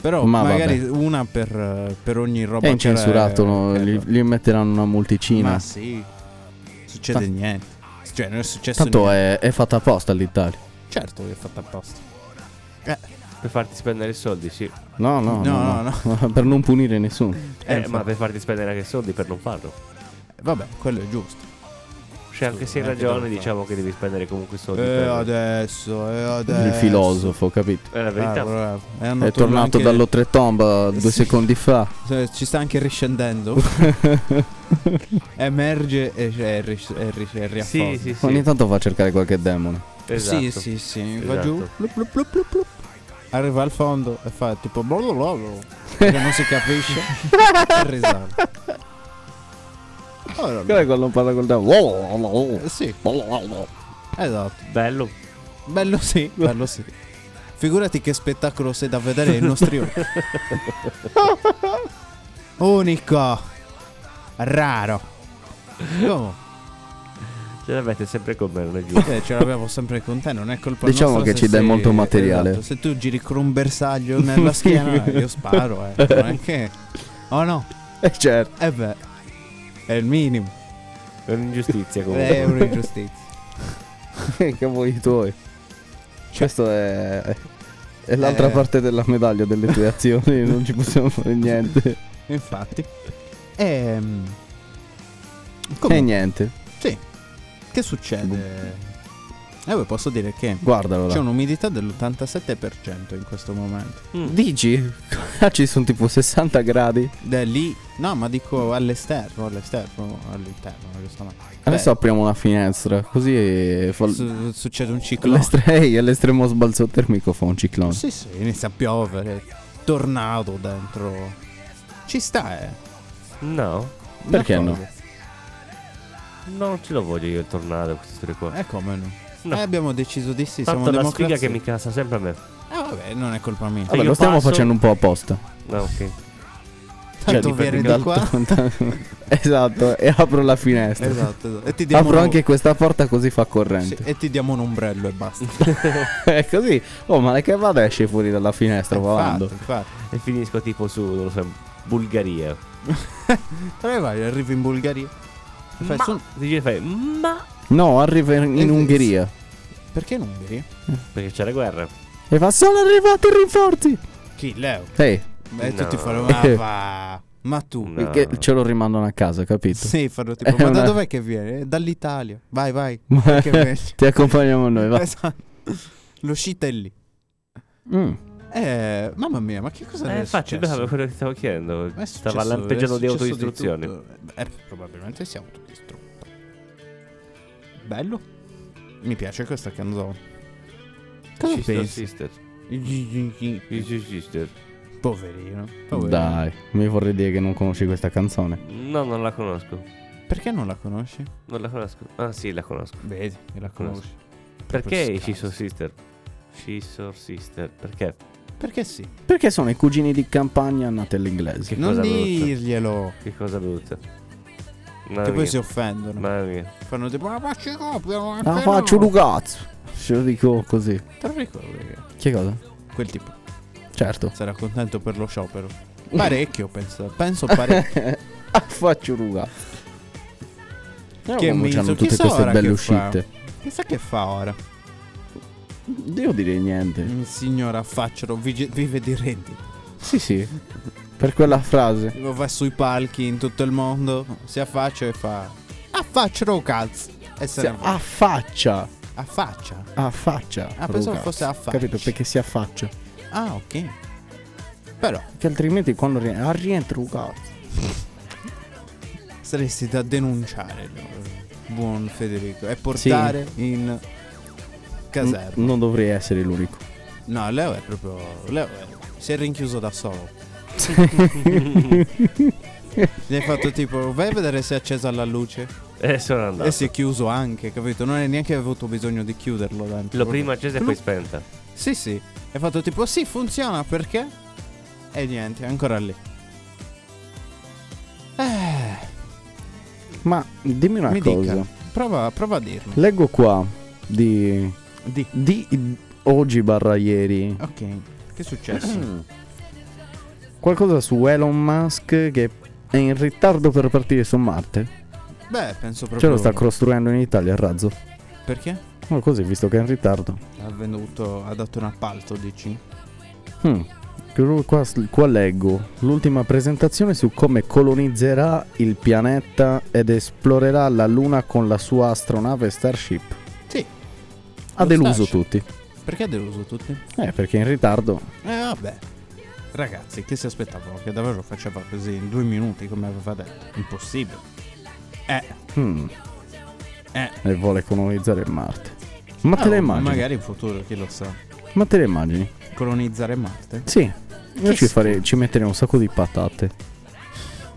B: Però
D: Ma
B: magari una per, eh, per ogni roba
D: È
B: c'era-
D: incensurato, no?
B: eh,
D: gli, gli metteranno una multicina.
B: Ma sì. Succede
D: Ta-
B: niente. Cioè, non è successo
D: Tanto
B: niente.
D: è, è fatta apposta all'Italia.
B: Certo che è fatta apposta.
C: Per farti spendere i soldi, sì.
D: No, no,
B: No,
D: no,
B: no,
D: per non punire nessuno.
B: Eh,
C: Eh, ma
B: infatti.
C: per farti spendere anche soldi per non farlo.
B: Eh, Vabbè, quello è giusto.
C: Cioè, anche se hai
B: Scusa, anche
C: ragione,
B: devo
C: diciamo che devi spendere comunque soldi.
B: E
C: per...
B: Eh, adesso, e adesso.
D: Il filosofo, capito?
C: È la
B: Ah,
C: verità.
B: bravo. È,
D: È
B: andato
D: tornato
B: anche-
D: dall'Otretomba due
B: Sì.
D: secondi fa.
B: se- Ci sta anche riscendendo. Emerge e, e, ris- e, ris- e riaffronta.
C: sì, sì, sì.
D: Ogni tanto va a cercare qualche demone.
C: Esatto.
B: Sì, sì, sì. Va
C: Esatto.
B: giù. Blup, blup, blup, blup, blup. Arriva al fondo e fa tipo. blablabla, Che non si capisce. e risale. Allora,
D: Quella è quando parla col demone.
B: eh, sì, esatto.
C: Bello.
B: Bello sì, bello sì. Figurati che spettacolo sei da vedere ai nostri occhi. Unico. Raro. Come?
C: Ce l'avete sempre con me, non è giusto.
B: Eh, ce l'abbiamo sempre con te, non è colpa
D: Diciamo
B: nostra
D: che
B: se
D: ci dai
B: sei-
D: molto materiale.
B: esatto, se tu giri con un bersaglio nella schiena, io sparo, eh. Non è che... Oh no,
D: Eh certo.
B: eh beh. È il minimo.
C: È
B: Eh.
C: un'ingiustizia
D: Oh.
C: comunque.
B: È un'ingiustizia.
D: che vuoi tuoi. Questo è. È l'altra
B: Cioè Eh.
D: parte della medaglia delle tue azioni, non ci possiamo fare niente.
B: Infatti. Ehm...
D: E
B: Comunque,
D: Eh, niente,
B: Che succede?
D: Boh.
B: Eh, beh, posso dire che
D: guardalo là.
B: c'è un'umidità dell'87% in questo momento.
C: Mm.
D: Dici? Ah, ci sono tipo 60 gradi.
B: Da lì, no, ma dico all'esterno, all'esterno, all'interno, giustamente.
D: Adesso apriamo una finestra, così fa...
B: Beh, su- succede un ciclone.
D: l'estre- ehi, all'estremo sbalzo termico fa un ciclone.
B: Sì, sì, inizia a piovere. Tornado dentro. Ci sta, eh.
C: No,
B: Una
D: Perché no?
B: cosa.
C: non ce lo voglio io il tornado, queste storie qua.
B: E come no?
C: No.
B: Eh, abbiamo deciso di sì,
C: Tanto
B: siamo
C: la
B: democrazia.
C: sfiga che mi casa sempre a me.
B: Eh, vabbè, non è colpa mia.
D: Vabbè,
C: io
D: lo stiamo
C: passo-
D: facendo un po' apposta.
C: Ah, ok.
D: cioè,
B: Tanto vieni da qua.
D: D'altronde- esatto, e apro la finestra.
B: Esatto, esatto. E ti diamo
D: Apro
B: un-
D: anche questa porta così fa
B: sì,
D: corrente.
B: e ti diamo un ombrello e basta.
D: È così. Oh, ma che vada esce fuori dalla finestra volando.
B: Infatti, infatti.
C: E finisco tipo su, non lo so, Bulgaria.
B: Dove vai? Arrivi in Bulgaria. E fai,
C: ma...
B: "Sono-
C: Dici, fai, Mm, ma...
D: No, arriva in, in
B: Eh,
D: Ungheria.
B: Perché in Ungheria?
C: Perché c'è la guerra.
D: E fa, sono arrivati i rinforzi.
B: Chi? Leo.
D: Ehi,
B: E Eh, tutti
C: No.
B: fanno, ma va. Ma tu.
C: No.
D: che ce lo rimandano a casa, capito?
B: Sì, fanno tipo,
D: È
B: ma da
D: una-
B: dov'è che viene? "Eh, Dall'Italia. Vai, vai.
D: Ma-
B: Perché vieni?
D: Ti accompagniamo noi, va.
B: Esatto. L'uscita è lì.
D: Mm.
B: Eh, mamma mia, ma che cosa
C: Eh,
B: è
C: infatti,
B: successo?
C: bravo, quello che stavo chiedendo.
B: Ma è successo-
C: Stava lampeggiando
B: è
C: di
B: successo
C: autodistruzione.
B: tutto. eh, probabilmente si è autodistrutto. Bello. Mi piace questa canzone. Cosa
C: Sister,
B: pensi?
C: Sister. Sister, Sister.
B: Poverino. Poverino.
D: Dai, mi vorrei dire che non conosci questa canzone.
C: No, non la conosco.
B: Perché non la conosci?
C: Non la conosco. Ah, sì, la conosco.
B: Vedi, la
C: conosci.
B: conosci.
C: Perché
B: questo
C: i
B: caso.
C: Scissor Sister? Scissor Sister. Perché?
B: Perché sì.
D: Perché sono i cugini di campagna nati all'inglese.
C: Che
B: Non
C: cosa brutta.
B: dirglielo.
C: Che cosa brutta. Mamma
B: Che
C: mia.
B: poi si offendono.
C: Mamma mia.
B: Fanno tipo, "Ah, ma faccio copia. Ma
D: Ah,
B: che
D: faccio
B: no?"
D: Lucazzo. Ce lo dico così.
B: Te lo ricordi che
D: Che cosa?
B: quel tipo
D: Certo.
B: sarà contento per lo sciopero? Parecchio, penso. Penso parecchio.
D: Ah, faccio Lucazzo.
B: Che
D: Che mi
B: minzo,
D: hanno tutte
B: chissà
D: queste
B: ora
D: belle
B: che fa.
D: uscite.
B: Chissà che fa ora.
D: Devo dire niente.
B: Mm, Signora, facciano, vige- vive di reddito.
D: Sì, sì. Per quella frase.
B: Tipo, Va sui palchi in tutto il mondo, si affaccia e fa... Affacciano un cazzo. E se ne va.
D: A faccia.
B: Affaccia.
D: A faccia.
B: Ah, pensavo
D: Rugas.
B: fosse affaccia.
D: Capito? Perché si affaccia.
B: Ah, ok. Però,
D: Che altrimenti quando ri- ah, rientra un cazzo.
B: saresti da denunciare, no? buon Federico, e portare in caserma.
D: N- non dovrei essere l'unico.
B: No, Leo è proprio... Leo è- si è rinchiuso da solo. Gli hai fatto tipo, vai a vedere se è accesa la luce.
C: E Eh, sono andato.
B: E
D: Esatto.
B: si è chiuso anche, capito? Non hai neanche avuto bisogno di chiuderlo dentro.
C: L'ho prima accesa e poi
B: Blu.
C: spenta.
B: Sì, sì. È fatto tipo, sì, funziona perché? E niente, è ancora lì. Eh,
D: Ma dimmi una
B: Mi
D: cosa.
B: dica. Prova, prova a dirmi.
D: Leggo qua di,
B: Di.
D: di oggi barra ieri
B: Ok. Che è successo?
D: Mm. qualcosa su Elon Musk che è in ritardo per partire su Marte.
B: Beh, penso proprio.
D: Ce lo sta costruendo in Italia il razzo.
B: Perché?
D: Ma così, visto che è in ritardo.
B: Ha venduto, ha dato un appalto, dici?
D: Hmm. Che- Qua, qua leggo l'ultima presentazione su come colonizzerà il pianeta ed esplorerà la Luna con la sua astronave Starship.
B: Sì.
D: Ha
B: Lo
D: deluso
B: Starship.
D: tutti.
B: Perché ha deluso tutti?
D: Eh, perché è in ritardo.
B: Eh, vabbè. Ragazzi, che si aspettavano? Che davvero faceva così in due minuti, come aveva detto? Impossibile. Eh,
D: Hmm.
B: eh.
D: E vuole colonizzare Marte. Ma te le
B: Ah,
D: immagini?
B: Magari in futuro, chi lo sa.
D: Ma te le immagini?
B: Colonizzare Marte?
D: Sì. Io ci, farei, ci metterei un sacco di patate.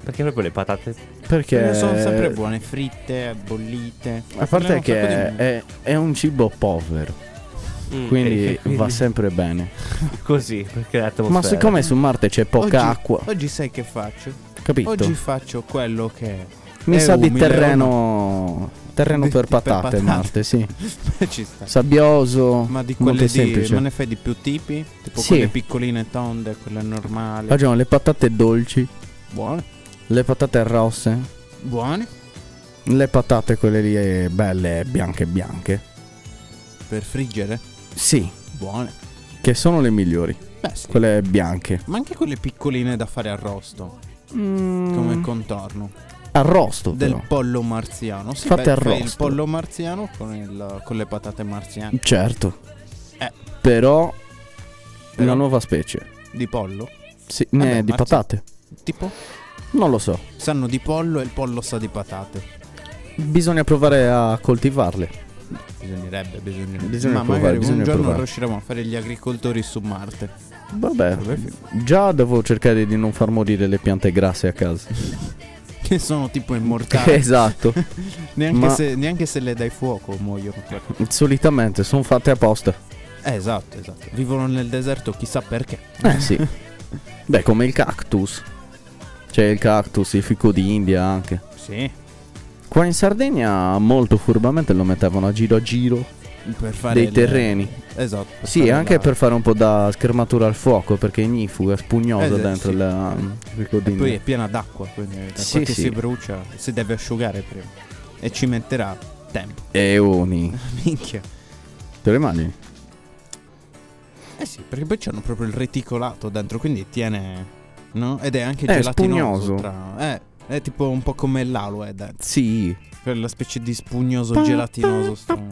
C: Perché proprio le patate?
D: Perché
B: Perché Eh, sono sempre buone, fritte, bollite.
D: A parte
B: Sembrano
D: che
B: un sacco
D: è,
B: di-
D: è- è un cibo povero,
C: Mm,
D: quindi
C: e- quindi
D: va sempre bene.
C: così, perché l'atmosfera.
D: Ma siccome su Marte c'è poca
B: Oggi-
D: acqua,
B: Oggi sai che faccio?
D: capito?
B: Oggi faccio quello che
D: Mi
B: è
D: sa di
B: umile,
D: terreno, terreno
B: Di-
D: per
B: per
D: patate,
B: patate.
D: Marte, sì.
B: o no? Ci sta.
D: Sabbioso,
B: Ma di quelle
D: molto
B: di,
D: semplice.
B: ma ne fai di più tipi? Tipo
D: Sì.
B: quelle piccoline tonde, quelle normali.
D: Ragione, le patate dolci,
B: Buone.
D: le patate rosse,
B: Buone.
D: le patate quelle lì eh, belle, bianche, bianche.
B: Per friggere.
D: Sì,
B: Buone.
D: che sono le migliori,
B: Beh, sì.
D: quelle bianche.
B: Ma anche quelle piccoline da fare arrosto. Come
D: Mm.
B: contorno.
D: Arrosto,
B: Mm. Del
D: però.
B: pollo marziano. Sì,
D: Fate
B: beh, fai il
D: arrosto.
B: pollo marziano con, il- con le patate marziane.
D: Certo.
B: Eh.
D: Però,
B: Però-
D: una nuova specie.
B: Di pollo?
D: Sì, ne
B: Vabbè,
D: di
B: Marzio-
D: patate.
B: Tipo?
D: Non lo so.
B: Sanno di pollo e il pollo sa di patate.
D: Bisogna provare a coltivarle.
B: Bisognerebbe, bisognerebbe.
D: Bisogna
B: Ma
D: provare,
B: magari
D: bisogna
B: un giorno
D: provare.
B: riusciremo a fare gli agricoltori su Marte.
D: Vabbè, già devo cercare di non far morire le piante grasse a casa.
B: Che sono tipo immortali.
D: Esatto.
B: neanche,
D: ma- Eh.
B: se, neanche se le dai fuoco muoiono.
D: Solitamente sono fatte apposta.
B: Eh, esatto, esatto. Vivono nel deserto chissà perché.
D: Eh sì. Beh, come il cactus. C'è il cactus, il fico d'India anche.
B: Sì.
D: Qua in Sardegna molto furbamente lo mettevano a giro a giro
B: Per fare
D: dei
B: il-
D: terreni.
B: Esatto. per
D: Sì,
B: fare
D: anche
B: la-
D: per fare un po' da schermatura al fuoco perché è ignifuga, spugnosa
B: Eh, sì,
D: dentro
B: sì.
D: la- il fico
B: E poi
D: d'India.
B: è piena d'acqua, quindi da
D: Sì,
B: quel che
D: sì.
B: si brucia si deve asciugare prima. E ci metterà tempo.
D: Eoni.
B: Minchia.
D: Te lo immagini?
B: Eh sì, perché poi c'hanno proprio il reticolato dentro, quindi tiene. No? Ed è anche
D: Eh,
B: gelatinoso.
D: spugnoso.
B: tra- Eh, è tipo un po' come l'aloe dentro.
D: Sì.
B: Quella specie di spugnoso gelatinoso. strano.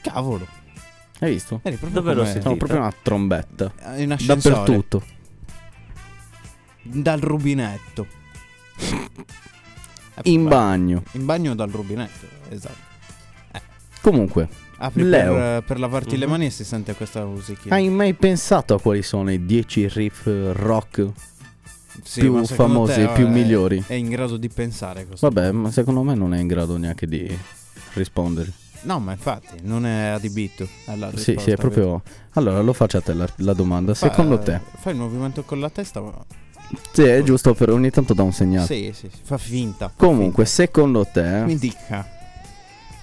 B: Cavolo,
D: Hai visto?
B: eri proprio
C: Dove lo
B: come-
C: senti?
D: Sono proprio una trombetta.
B: Eh, In Eh, ascensore.
D: Dappertutto.
B: Dal rubinetto. Eh,
D: In
B: beh,
D: bagno.
B: In bagno dal rubinetto, esatto.
D: Comunque,
B: Apri
D: Leo. Mm.
B: per, per lavarti le
C: Mhm.
B: mani e si sente questa musichina.
D: hai mai pensato a quali sono i 10 riff rock
B: Sì, ma
D: più
B: secondo
D: famosi
B: te,
D: e più
B: eh,
D: migliori?
B: È in grado di pensare questo.
D: Vabbè, ma secondo me non è in grado neanche di rispondere.
B: No, ma infatti, non è adibito alla
D: Sì,
B: risposta,
D: sì, è
B: vero?
D: proprio... Allora, lo faccio a te la, la domanda.
B: Fa- eh,
D: Secondo te?
B: Fai il movimento con la testa? ma-
D: Sì, è giusto per ogni tanto da un segnale.
B: Sì, sì, sì, fa finta. fa
D: Comunque, secondo te...
B: finta. mi dica.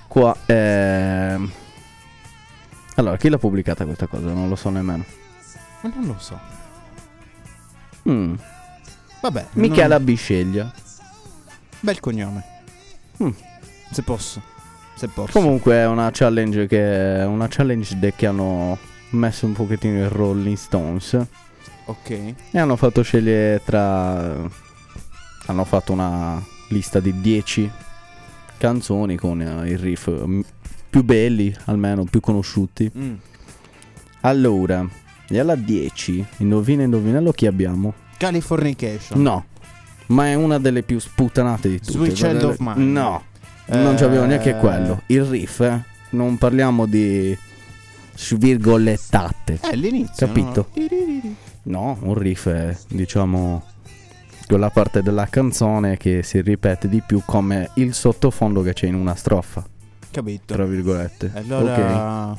D: Qua ehm, Allora, chi l'ha pubblicata questa cosa? Non lo so nemmeno.
B: Ma non lo so.
D: Mm.
B: Vabbè,
D: Michela Bisceglia.
B: non- bel cognome.
D: Mm.
B: Se posso. Se posso.
D: Comunque è una challenge che è una challenge de- che hanno messo un pochettino i Rolling Stones
B: Ok.
D: e hanno fatto scegliere tra hanno fatto una lista di 10 canzoni con eh, i riff mm, più belli, almeno più conosciuti.
B: Mm.
D: Allora, e alla 10, indovina indovinello chi abbiamo?
B: Californication.
D: No, ma è una delle più sputanate di tutte.
B: Sweet Child
D: Guardate-
B: of Mine.
D: No, non c'avevo
B: Eh,
D: neanche quello. Il riff, eh. non parliamo di svirgolettate.
B: Eh, l'inizio.
D: Capito.
B: no? Tiririri.
D: No, un riff è, diciamo, quella parte della canzone che si ripete di più come il sottofondo che c'è in una strofa,
B: Capito.
D: tra virgolette.
B: Allora...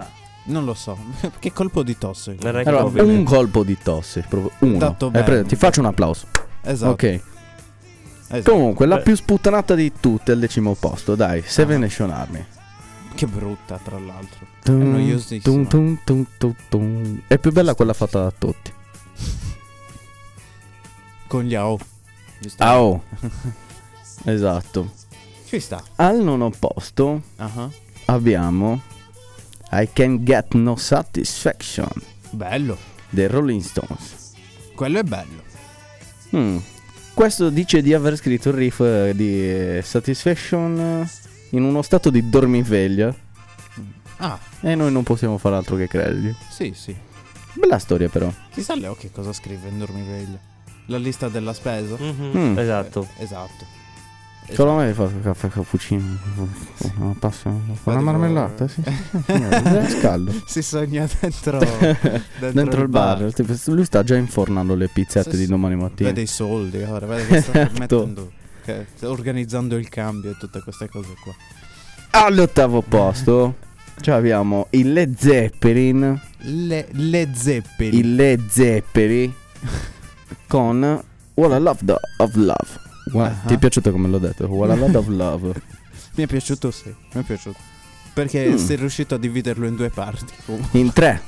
B: Non lo so. che colpo di tosse.
C: Non è che
D: Allora,
C: lo
D: un
C: vede.
D: colpo di tosse, proprio uno.
B: Tanto
D: Hai
B: bene.
D: preso- ti faccio un applauso.
B: Esatto.
D: Ok.
B: esatto.
D: Comunque, la
C: Eh.
D: più sputtanata di tutte al decimo posto, dai,
B: Ah.
D: Seven Nation Army.
B: Che brutta, tra l'altro. È
D: Tum,
B: noiosissima.
D: tum, tum, tum, tum, tum. È più bella quella fatta da tutti.
B: Con gli AO.
D: Ah, oh. esatto.
B: Ci sta.
D: Al nono posto
B: Ah, ah.
D: abbiamo I Can Get No Satisfaction
B: Bello.
D: dei Rolling Stones.
B: Quello è bello.
D: Mm. Questo dice di aver scritto il riff eh, di eh, Satisfaction eh, in uno stato di dormiveglia
B: Ah,
D: e noi non possiamo fare altro che credergli.
B: sì, sì.
D: Bella storia però.
B: Chissà Leo che cosa scrive in Dormiveglia. La lista della spesa?
C: Mhm,
D: Mm.
C: Esatto.
B: Eh, Esatto.
D: Solo me fa caffè cappuccino. Una pasta- Una marmellata, sì. sì, sì. Eh, Scaldo.
B: Si sogna dentro, dentro,
D: Dentro il bar, tipo, lui sta già infornando le pizzette
B: Sì,
D: di
B: sì.
D: domani mattina.
B: Vede i soldi, eh, ora vede che sta
D: Esatto.
B: mettendo, che sta organizzando il cambio e tutte queste cose qua.
D: All'ottavo posto ci abbiamo il Led Zeppelin.
B: Le, le zeppeli.
D: Il Led Zeppelin con What a Love do- of Love. Gua-
B: Ah.
D: Ti è piaciuto come l'ho detto? What a Love of Love.
B: Mi è piaciuto, sì. Mi è piaciuto. Perché
D: Mm.
B: sei riuscito a dividerlo in due parti. comunque.
D: In tre.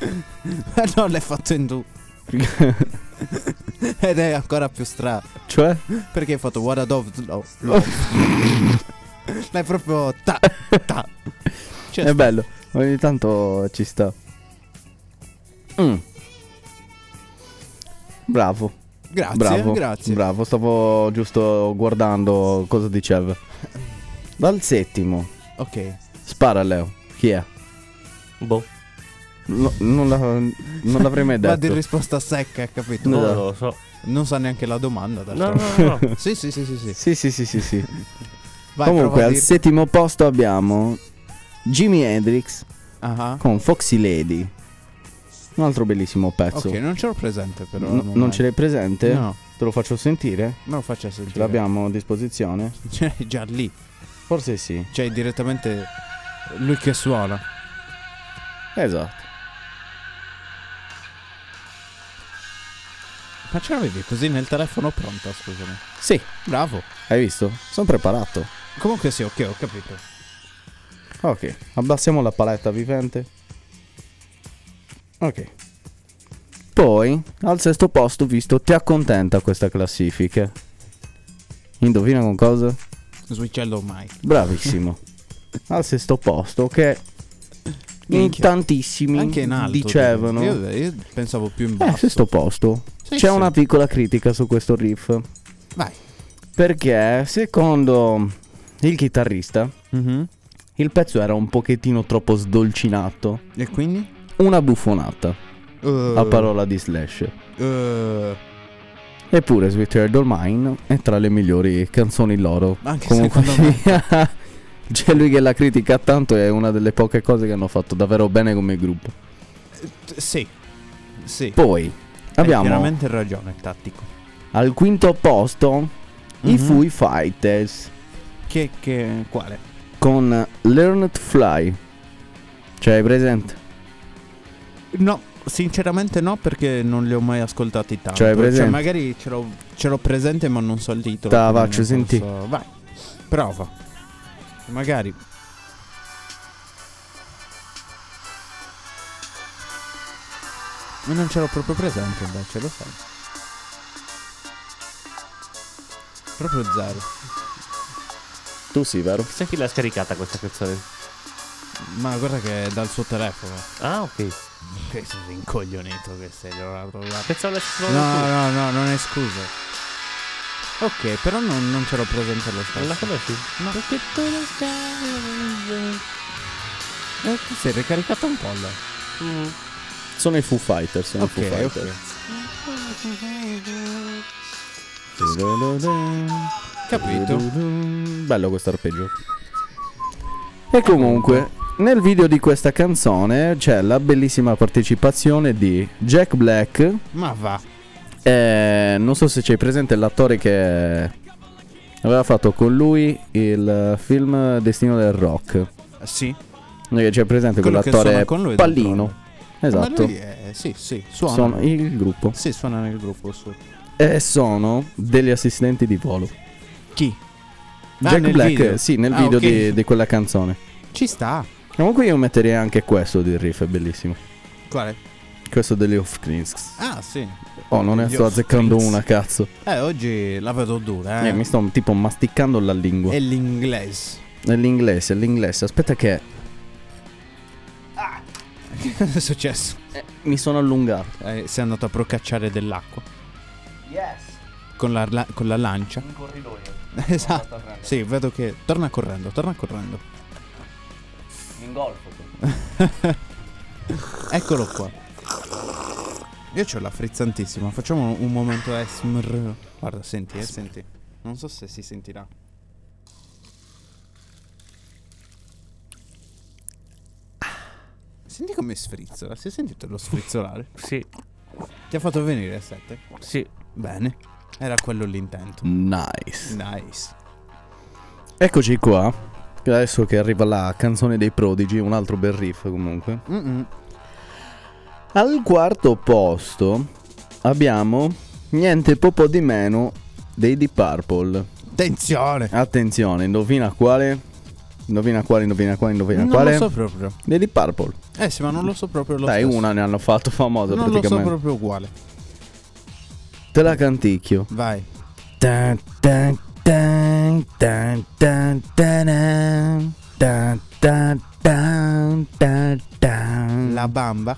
B: Ma no, l'hai fatto in due. Ed è ancora più strano.
D: Cioè?
B: Perché hai fatto what a dove. No,
D: Oh.
B: no. l'hai proprio. Ta, ta. Cioè,
D: È bello. Ogni tanto ci sta. Mm. Bravo,
B: grazie, eh,
D: bravo,
B: Ah, grazie.
D: bravo. Stavo giusto guardando cosa diceva. Dal settimo,
B: ok.
D: spara Leo. Chi è?
C: Boh.
D: No, non, la- non l'avrei mai
B: Va di
D: detto.
B: risposta secca, capito?
D: No.
C: Non lo so.
B: Non sa neanche la domanda.
C: No,
B: d'altronde.
C: no, no. no.
B: Sì, sì, sì, sì. sì.
D: Sì, sì, sì, sì, sì.
B: Vai,
D: Comunque,
B: prova a
D: al
B: dir-
D: settimo posto abbiamo Jimi Hendrix
B: Ah, ah.
D: con Foxy Lady. Un altro bellissimo pezzo.
B: Ok, non ce l'ho presente però.
D: No-
B: al
D: non
B: momento.
D: ce l'hai presente?
B: No,
D: Te lo faccio sentire?
B: me lo faccia sentire.
D: Ce l'abbiamo a disposizione?
B: Cioè, già lì.
D: Forse sì.
B: Cioè, direttamente lui che suona.
D: Esatto.
B: Ma ce l'avevi così nel telefono pronta, scusami.
D: Sì,
B: Bravo.
D: hai visto? Sono preparato.
B: Comunque sì, ok, ho capito.
D: Ok, abbassiamo la paletta vivente. Ok. Poi, al sesto posto, visto, ti accontenta questa classifica. Indovina con cosa?
B: Switchello Mike.
D: Bravissimo. al sesto posto, che in
B: Minchia.
D: tantissimi
B: Anche in alto.
D: dicevano...
B: tipo. Io, io pensavo più in
D: Eh,
B: basso.
D: sesto posto.
B: Sì,
D: C'è
B: sì.
D: una piccola critica su questo riff.
B: Vai.
D: Perché, secondo il chitarrista, Mhm. il pezzo era un pochettino troppo sdolcinato.
B: E quindi?
D: Una buffonata,
B: Eh,
D: a parola di Slash.
B: eh,
D: Eppure Sweet Child O' Mine è tra le migliori canzoni loro.
B: anche
D: Comunque
B: secondo me.
D: sia, c'è lui che la critica tanto è una delle poche cose che hanno fatto davvero bene come gruppo.
B: T- Sì. Sì.
D: Poi
B: Hai
D: abbiamo
B: veramente ragione, tattico.
D: al quinto posto i
B: Mhm.
D: Foo Fighters
B: Che, che, quale?
D: con Learn to Fly. Cioè, hai presente?
B: No, sinceramente no, perché non li ho mai ascoltati tanto.
D: Cioè, presente?
B: magari ce l'ho, ce l'ho presente, ma non so il titolo.
D: Ta,
B: quindi
D: faccio
B: non
D: senti.
B: posso- Vai, prova. Magari. Ma non ce l'ho proprio presente, beh, ce lo sai. Proprio zero.
D: Tu sì, vero?
C: Chissà chi l'ha scaricata questa canzone.
B: Ma guarda che è dal suo telefono.
C: Ah, ok.
B: Che sono incoglionito che sei. allora, allora.
C: Pensavo l'avessi trovata
B: No,
C: tu.
B: no, no, non è scusa. Ok, però non, non ce l'ho presente lo
C: Non la
B: stesso.
C: conosci?
B: No.
C: Perché tu lo sai.
B: Eh, ti sei ricaricato un po' là.
C: Mm.
D: Sono i Foo Fighters. Sono i Foo
B: Ok,
D: Fighters.
B: ok. Capito.
D: Bello questo arpeggio. E comunque, nel video di questa canzone c'è la bellissima partecipazione di Jack Black.
B: Ma va.
D: E non so se c'è presente l'attore che aveva fatto con lui il film Destino del Rock.
B: Sì.
D: Perché C'è presente
B: Quello che suona
D: quell'attore
B: con lui,
D: Pallino.
B: Ah, Ma
D: Esatto.
B: lui è- sì, sì, suona.
D: Sono il gruppo.
B: Sì, suona nel gruppo su.
D: E sono degli assistenti di volo.
B: Chi? Ah,
D: Jack
B: nel
D: Black,
B: video.
D: sì, nel
B: Ah,
D: video
B: ok.
D: di, di quella canzone.
B: Ci sta.
D: Comunque io metterei anche questo di riff, è bellissimo.
B: Quale?
D: Questo degli off Kings.
B: Ah, sì.
D: Oh, non ne
B: Gli
D: sto
B: Off
D: azzeccando
B: Kings.
D: una, cazzo.
B: Eh, oggi la vedo dura, eh.
D: Eh, mi sto tipo masticando la lingua.
B: È l'inglese.
D: È l'inglese, è l'inglese. Aspetta che
B: Che cosa è successo?
D: mi sono allungato.
B: Eh, sei andato a procacciare dell'acqua. Con la, la- con la lancia. In corridoio. Esatto. Sì, vedo che... Torna correndo, torna correndo. Eccolo qua. Io c'ho la frizzantissima. Facciamo un momento ASMR. Guarda, senti, eh, senti. Non so se si sentirà. Ah. Senti come sfrizzola. Si è sentito lo sfrizzolare?
C: Sì,
B: Ti ha fatto venire a 7?
C: sì.
B: Bene. Era quello l'intento.
D: Nice.
B: Nice.
D: Eccoci qua. Adesso che arriva la canzone dei prodigi, un altro bel riff comunque.
B: Mm-mm.
D: Al quarto posto abbiamo niente poco di meno dei Deep Purple.
B: Attenzione.
D: Eh, Attenzione, indovina quale? Indovina quale, indovina quale, indovina
B: Non
D: Eh, quale?
B: lo so proprio.
D: Dei Deep Purple.
B: Eh sì, ma non lo so proprio lo
D: Dai,
B: stesso.
D: una ne hanno fatto famosa
B: Non lo so
D: praticamente.
B: proprio uguale.
D: Te la canticchio.
B: Vai.
D: Mm. Tan, tan, tan, tan, tan, tanan. Tan, tan, tan, tan, tan.
B: La bamba.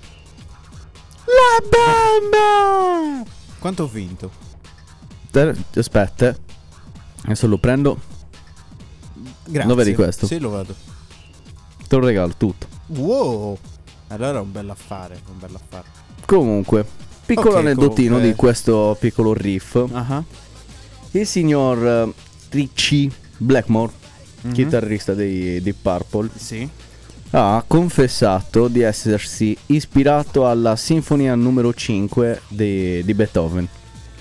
D: La bamba!
B: Quanto ho vinto?
D: Ter- aspetta. eh. Adesso lo prendo.
B: Grazie.
D: Lo vedi questo?
B: Sì, lo vedo.
D: Te lo regalo tutto.
B: Wow. Allora è un bel affare, un bel affare.
D: Comunque, piccolo
B: Ok,
D: aneddotino
B: comunque.
D: di questo piccolo riff.
B: Ah.
D: Il signor eh, Richie Blackmore,
B: Mhm.
D: chitarrista dei, di Purple,
B: Sì.
D: ha confessato di essersi ispirato alla sinfonia numero 5 di, di Beethoven.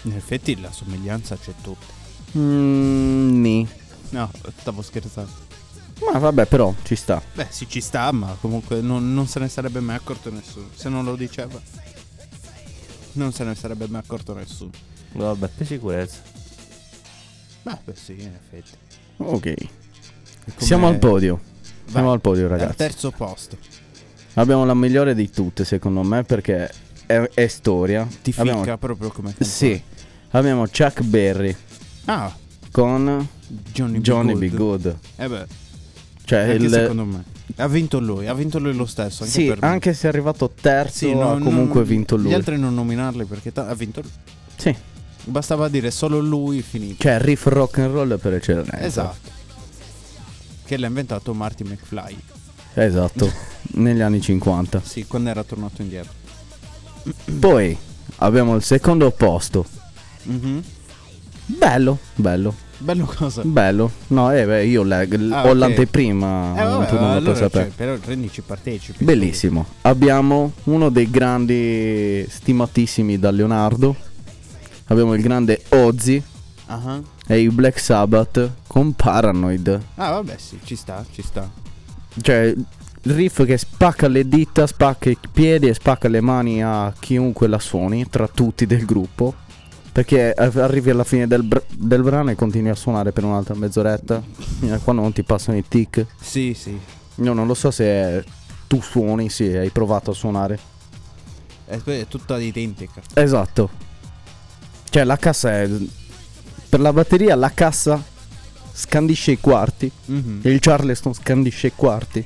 B: In effetti la somiglianza c'è tutta.
D: Mm, nì.
B: No, stavo scherzando.
D: Ma vabbè, però ci sta.
B: Beh, sì, ci sta, ma comunque non, non se ne sarebbe mai accorto nessuno. Se non lo diceva, non se ne sarebbe mai accorto nessuno.
C: Vabbè, per sicurezza.
B: Beh, beh sì, in effetti.
D: Ok. Siamo al podio. Siamo al podio,
B: Al
D: ragazzi.
B: terzo posto.
D: Abbiamo la migliore di tutte, secondo me, perché è, è storia.
B: Ti
D: Abbiamo-
B: ficca proprio come canzone.
D: Sì. Abbiamo Chuck Berry
B: Ah,
D: con
B: Johnny,
D: Johnny
B: B.
D: B.
B: Good.
D: Good.
B: Eh beh,
D: Cioè,
B: anche
D: il,
B: secondo me. Ha vinto lui, ha vinto lui lo stesso. Anche
D: Sì,
B: per me.
D: anche se è arrivato terzo,
B: Sì, no,
D: ha comunque
B: non-
D: vinto lui.
B: Gli altri non nominarli perché ta- ha vinto lui.
D: Sì,
B: Bastava dire solo lui finito.
D: cioè riff rock and roll per eccellenza.
B: esatto. Che l'ha inventato Marty McFly.
D: Esatto, negli anni 50.
B: Sì, quando era tornato indietro.
D: Poi abbiamo il secondo posto. Mhm. Bello, bello,
B: Bello cosa.
D: bello. No, eh, beh, io le- l-
B: Ah,
D: ho
B: ok.
D: l'anteprima,
B: Eh, vabbè,
D: tu non lo puoi
B: allora,
D: sapere.
B: cioè, però rendici partecipi.
D: Bellissimo. Abbiamo uno dei grandi stimatissimi da Leonardo. Abbiamo il grande Ozzy
B: Ah,
D: e i Black Sabbath con Paranoid.
B: Ah, vabbè, sì, ci sta, ci sta.
D: Cioè, il riff che spacca le dita, spacca i piedi e spacca le mani a chiunque la suoni, tra tutti del gruppo. Perché a- arrivi alla fine del, br- del brano e continui a suonare per un'altra mezz'oretta. Fino a quando non ti passano i tic.
B: Sì, sì.
D: Io non lo so se tu suoni, sì, hai provato a suonare.
B: È, Eh, è tutta identica.
D: Esatto. Cioè, la cassa è. Per la batteria, la cassa scandisce i quarti.
B: Mhm.
D: Il Charleston scandisce i quarti.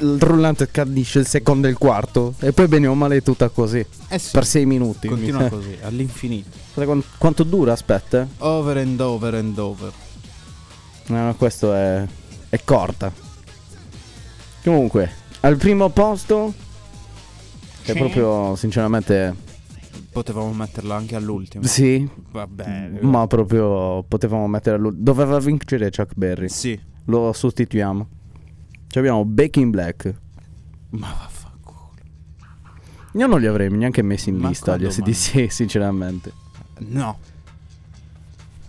D: Il rullante scandisce il secondo e il quarto. E poi bene o male è tutta così.
B: Eh sì.
D: Per sei minuti.
B: Continua
D: Eh,
B: così, all'infinito.
D: sai quan- Quanto dura? Aspetta. eh.
B: Over and over and over.
D: No, no, questo è. è corta. Comunque, al primo posto. Che proprio, sinceramente.
B: Potevamo metterla anche all'ultimo.
D: Sì.
B: Vabbè.
D: Ma proprio potevamo mettere. lui- Doveva vincere Chuck Berry.
B: Sì.
D: Lo sostituiamo. Ci abbiamo Baking Black.
B: Ma vaffanculo.
D: Io non li avrei neanche messi in
B: Ma
D: lista, gli
B: quando
D: SDC, sinceramente.
B: No.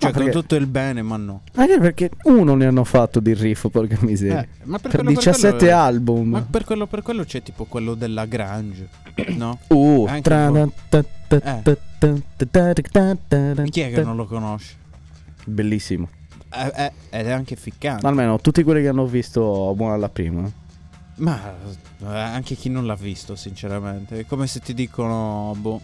D: Ma
B: Cioè,
D: perché-
B: con tutto il bene, ma no.
D: Anche perché uno ne hanno fatto di riff, porca miseria.
B: Eh, ma per
D: per
B: quello- per
D: 17
B: quello- eh,
D: album.
B: Ma per quello, per quello c'è tipo quello della Grange, no?
D: Uh,
B: Anche
D: tra-
B: un
D: ta- ta- ta-
B: Eh.
D: ta- ta- ta- ta- ta-
B: Chi è che
D: ta-
B: non lo conosce?
D: Bellissimo.
B: Eh, eh, ed è anche ficcante.
D: Almeno tutti quelli che hanno visto Buona alla prima.
B: Ma eh, anche chi non l'ha visto, sinceramente. È come se ti dicono, boh.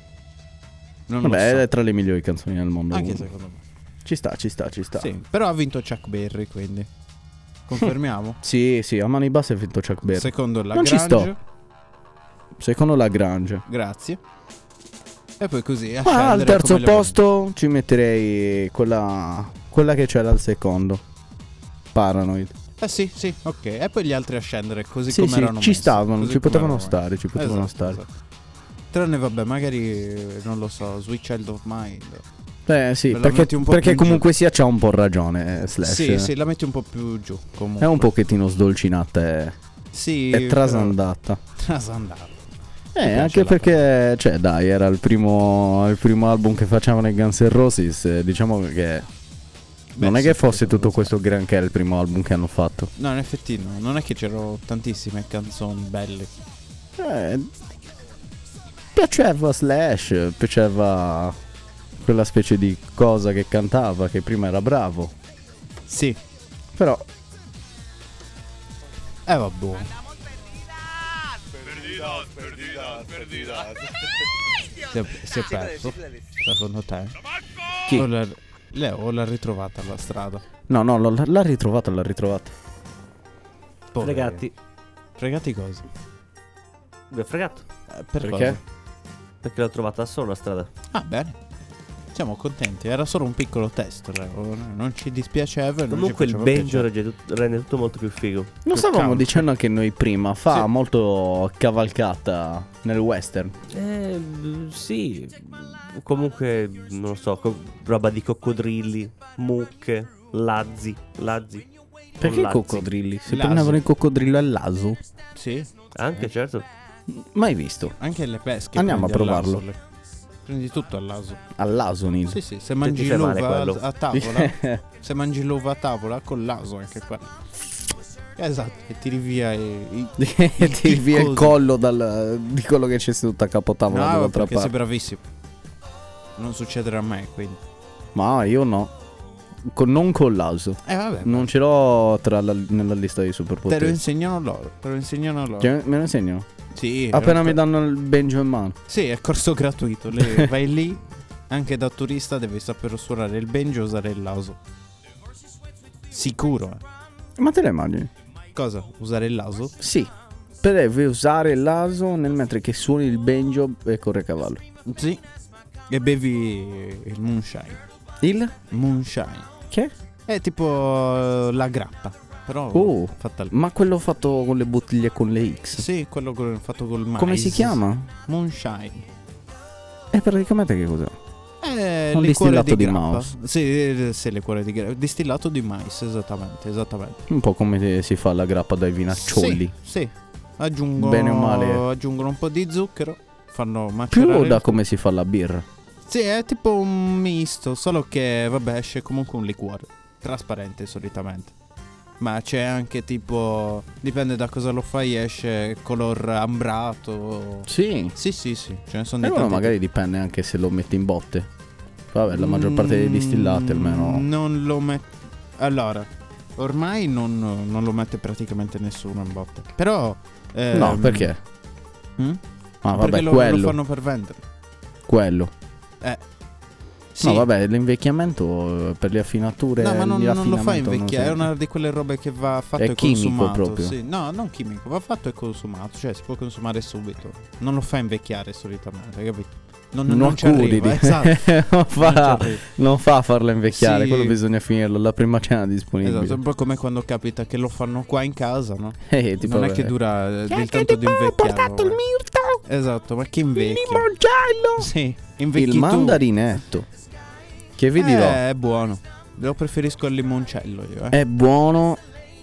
B: Non lo
D: Vabbè, è
B: so.
D: tra le migliori canzoni al mondo.
B: Anche
D: comunque.
B: secondo me.
D: Ci sta, ci sta, ci sta.
B: Sì, però ha vinto Chuck Berry, quindi. Confermiamo?
D: Sì, sì, a mani basse ha vinto Chuck Berry.
B: Secondo la
D: Non ci
B: Grange.
D: sto. Secondo la Grange.
B: Grazie. E poi così. a
D: Ma al
B: scendere
D: terzo
B: come le mani.
D: posto ci metterei quella, quella che c'era al secondo. Paranoid.
B: Eh sì, sì, ok. E poi gli altri a scendere così
D: Sì,
B: come
D: sì,
B: erano
D: ci
B: messi,
D: stavano,
B: così come
D: ci potevano
B: erano
D: stare, ci
B: messi.
D: potevano
B: Esatto,
D: stare.
B: esatto. Tranne, vabbè, magari, eh, non lo so, Sweet Child of Mind.
D: Eh sì,
B: Me la
D: perché,
B: metti un po'
D: perché
B: più in
D: comunque sia c'ha un po' ragione eh, Slash.
B: Sì, sì, la metti un po' più giù, comunque.
D: È un pochettino sdolcinata, è,
B: Sì,
D: è trasandata.
B: però- Trasandata.
D: Eh,
B: piace
D: anche
B: la
D: perché, cioè dai, era il primo, il primo album che facevano i Guns N' Roses, eh, diciamo che...
B: Beh,
D: non è
B: sì,
D: che fosse
B: secondo
D: tutto
B: me
D: questo granché il primo album che hanno fatto.
B: No, in effetti no, non è che c'erano tantissime canzoni belle.
D: Eh, piaceva Slash, piaceva quella specie di cosa che cantava, che prima era bravo.
B: Sì,
D: Però,
B: eh vabbè. Ah, Si è, si è perso, secondo te?
D: Chi?
B: O l'ha- Leo o l'ha ritrovata alla strada.
D: no, no, l'ho- l'ha ritrovata, l'ha ritrovata.
B: Poveri.
C: Fregati.
B: Fregati cosa?
C: Mi ha fregato.
B: Eh, per
D: Perché?
B: cosa?
C: Perché l'ho trovata solo una strada.
B: Ah, bene. Siamo contenti, era solo un piccolo test, Leo. non ci dispiaceva. e non ci
C: Comunque il
B: faceva
C: banjo
B: piacere.
C: rende tutto, rende tutto molto più figo.
D: Lo stavamo
B: campo.
D: dicendo anche noi prima, fa
B: Sì.
D: molto cavalcata nel western.
C: Eh, mh, sì. Comunque, non lo so, co- roba di coccodrilli, mucche, lazzi, lazzi.
D: Perché i
C: Lazzi.
D: coccodrilli? Si
B: L'aso.
D: prendevano il coccodrillo all'aso?
B: Sì,
C: Anche, certo.
D: Mai visto.
B: anche le pesche.
D: Andiamo
B: prendi
D: a
B: all'aso,
D: provarlo.
B: le- Prendi tutto all'aso.
D: All'aso, Nino.
B: Sì, sì, se mangi
C: fai male
B: l'uva
C: quello.
B: a, a tavola,
D: Eh.
B: se mangi l'uva a tavola con l'aso anche qua. Esatto, e tiri via i, i...
D: Tiri via il
B: Piccoso.
D: collo dal- di quello che c'è seduto a capotavola
B: No,
D: dall'altra
B: perché
D: parte.
B: sei bravissimo. Non succederà mai, quindi.
D: Ma io no. Con- non con l'aso.
B: Eh vabbè,
D: Non ce l'ho tra la- nella lista dei
B: te lo
D: superpoteri.
B: insegnano loro, te lo insegnano loro.
D: Cioè, me lo insegnano.
B: Sì,
D: Appena
B: è-
D: mi danno il banjo in mano.
B: Sì, è corso gratuito, lei vai lì, anche da turista devi saper suonare il banjo e usare il laso. Sicuro, eh.
D: Ma te la immagini?
B: Cosa? Usare il laso?
D: Sì. Per devi usare l'aso nel mentre che suoni il banjo e corre a cavallo.
B: Sì. E bevi il moonshine.
D: Il?
B: Moonshine.
D: Che?
B: È tipo eh, la grappa, però
D: Oh.
B: fatta al...
D: Ma quello fatto con le bottiglie con le X.
B: Sì, quello col- fatto col mais.
D: Come si chiama?
B: Moonshine.
D: È praticamente che cos'è?
B: È
D: Un
B: liquore
D: distillato di
B: grappa.
D: mais.
B: Sì, eh, sì, liquore di grappa. Distillato di mais, esattamente, esattamente.
D: Un po' come si fa la grappa dai vinacciolli.
B: Sì, sì. Aggiungono,
D: Bene o male.
B: aggiungono un po' di zucchero, fanno
D: Più
B: macerare.
D: da come si fa la birra.
B: Sì, è tipo un misto, solo che vabbè, esce comunque un liquore trasparente solitamente. Ma c'è anche tipo dipende da cosa lo fai, esce color ambrato.
D: Sì.
B: Sì, sì, sì, ce ne sono
D: E
B: di
D: allora
B: tanti
D: Eh, magari dipende anche se lo metti in botte. Vabbè, la maggior parte dei
B: Mm,
D: distillati almeno.
B: Non lo mette. Allora, ormai non, non lo mette praticamente nessuno in botte. Però.
D: No,
B: ehm,
D: perché?
B: Mm?
D: Ma
B: perché
D: Ah, vabbè,
B: lo,
D: quello.
B: lo fanno per vendere.
D: Quello.
B: Eh. Sì.
D: No, vabbè, l'invecchiamento eh, per le affinature.
B: No, ma non, non lo fa
D: l'affinamento non
B: invecchiare, è
D: serve.
B: una di quelle robe che va fatto
D: È
B: e
D: chimico
B: consumato.
D: proprio.
B: Sì. No, non chimico, va fatto e consumato, cioè si può consumare subito. Non lo fa invecchiare solitamente, capito? Non, non,
D: Non
B: ci arriva,
D: accudidi.
B: esatto. non
D: non,
B: ci
D: fa,
B: arriva.
D: non fa farlo invecchiare,
B: Sì.
D: quello bisogna finirlo alla prima cena disponibile.
B: Esatto, è un po' come quando capita che lo fanno qua in casa, no?
D: Eh, tipo,
B: non è
D: eh,
B: che dura eh, il tanto di invecchiare. portato il mirto! Esatto, ma che invecchia? Sì, invecchi
D: il
B: tu.
D: mandarinetto. Che vi
B: Eh,
D: dirò,
B: è buono. Lo preferisco al limoncello io, eh.
D: è buono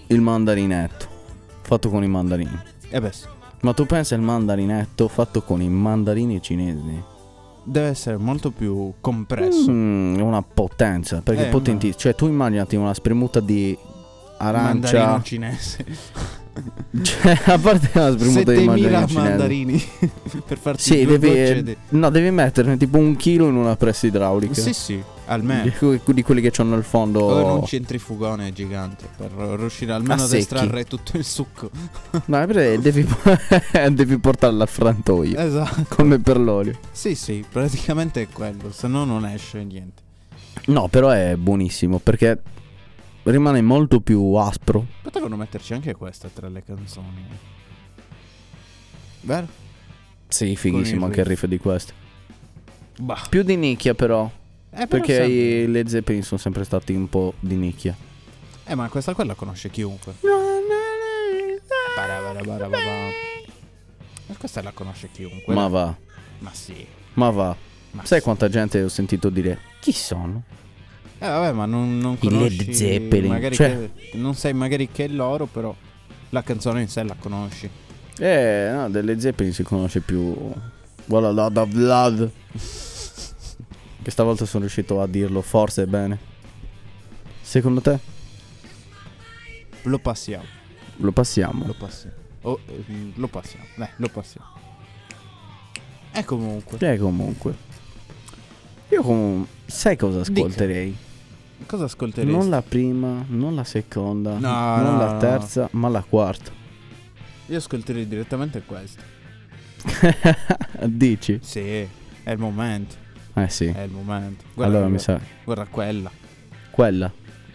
D: il mandarinetto fatto con i mandarini.
B: Eh beh, sì.
D: Ma tu pensa il mandarinetto fatto con i mandarini cinesi?
B: deve essere molto più compresso.
D: Mm, una potenza, perché
B: Eh,
D: potenti.
B: ma-
D: Cioè, tu immaginati una spremuta di
B: Mandarino
D: arancia.
B: cinese.
D: Cioè, a parte la spremuta di
B: 7000
D: mandarino cinese.
B: mandarini per farti
D: Sì,
B: due
D: devi,
B: gocce di-
D: no, devi metterne tipo un chilo in una pressa idraulica.
B: Sì, sì,
D: Di,
B: almeno.
D: que- di quelli che c'hanno il fondo.
B: O un centrifugone gigante per riuscire almeno
D: A
B: ad
D: secchi.
B: estrarre tutto il succo.
D: No, è perché devi, devi portarla al frantoio.
B: Esatto.
D: Come per l'olio.
B: Sì, sì, praticamente è quello, se no non esce niente.
D: No, però è buonissimo perché rimane molto più aspro.
B: Potevano metterci anche questa tra le canzoni. Vero?
D: Sì, fighissimo
B: Con il
D: anche il riff di questo.
B: Bah.
D: Più di nicchia però.
B: Eh, però
D: Perché
B: sempre-
D: i Led Zeppelin sono sempre stati un po' di nicchia.
B: Eh, ma questa qua la conosce chiunque. Barabarabarababa. Ma Questa la conosce chiunque.
D: Ma va,
B: Ma sì.
D: ma va.
B: Ma
D: Sai
B: sì.
D: quanta gente ho sentito dire chi sono?
B: Eh, vabbè, ma non, non
D: I Led
B: conosci.
D: Zeppelin,
B: magari
D: cioè-
B: che- non sai magari che è loro, però la canzone in sé la conosci.
D: Eh, no, delle Zeppelin si conosce più. Voilà, la da Vlad. Che stavolta sono riuscito a dirlo, forse bene. Secondo te?
B: Lo passiamo.
D: Lo passiamo.
B: Lo passiamo. Oh, eh, lo passiamo. Dai, lo passiamo. E comunque,
D: Eh, comunque. Io comunque. Sai cosa ascolterei?
B: cosa ascolteresti?
D: Cioè, Non la prima, non la seconda,
B: No,
D: non
B: no,
D: la
B: no.
D: terza, ma la quarta.
B: Io ascolterei direttamente questa.
D: Dici?
B: Sì, è il momento.
D: Eh sì.
B: È il momento. Guarda,
D: allora mi
B: guarda,
D: sa.
B: guarda quella.
D: Quella.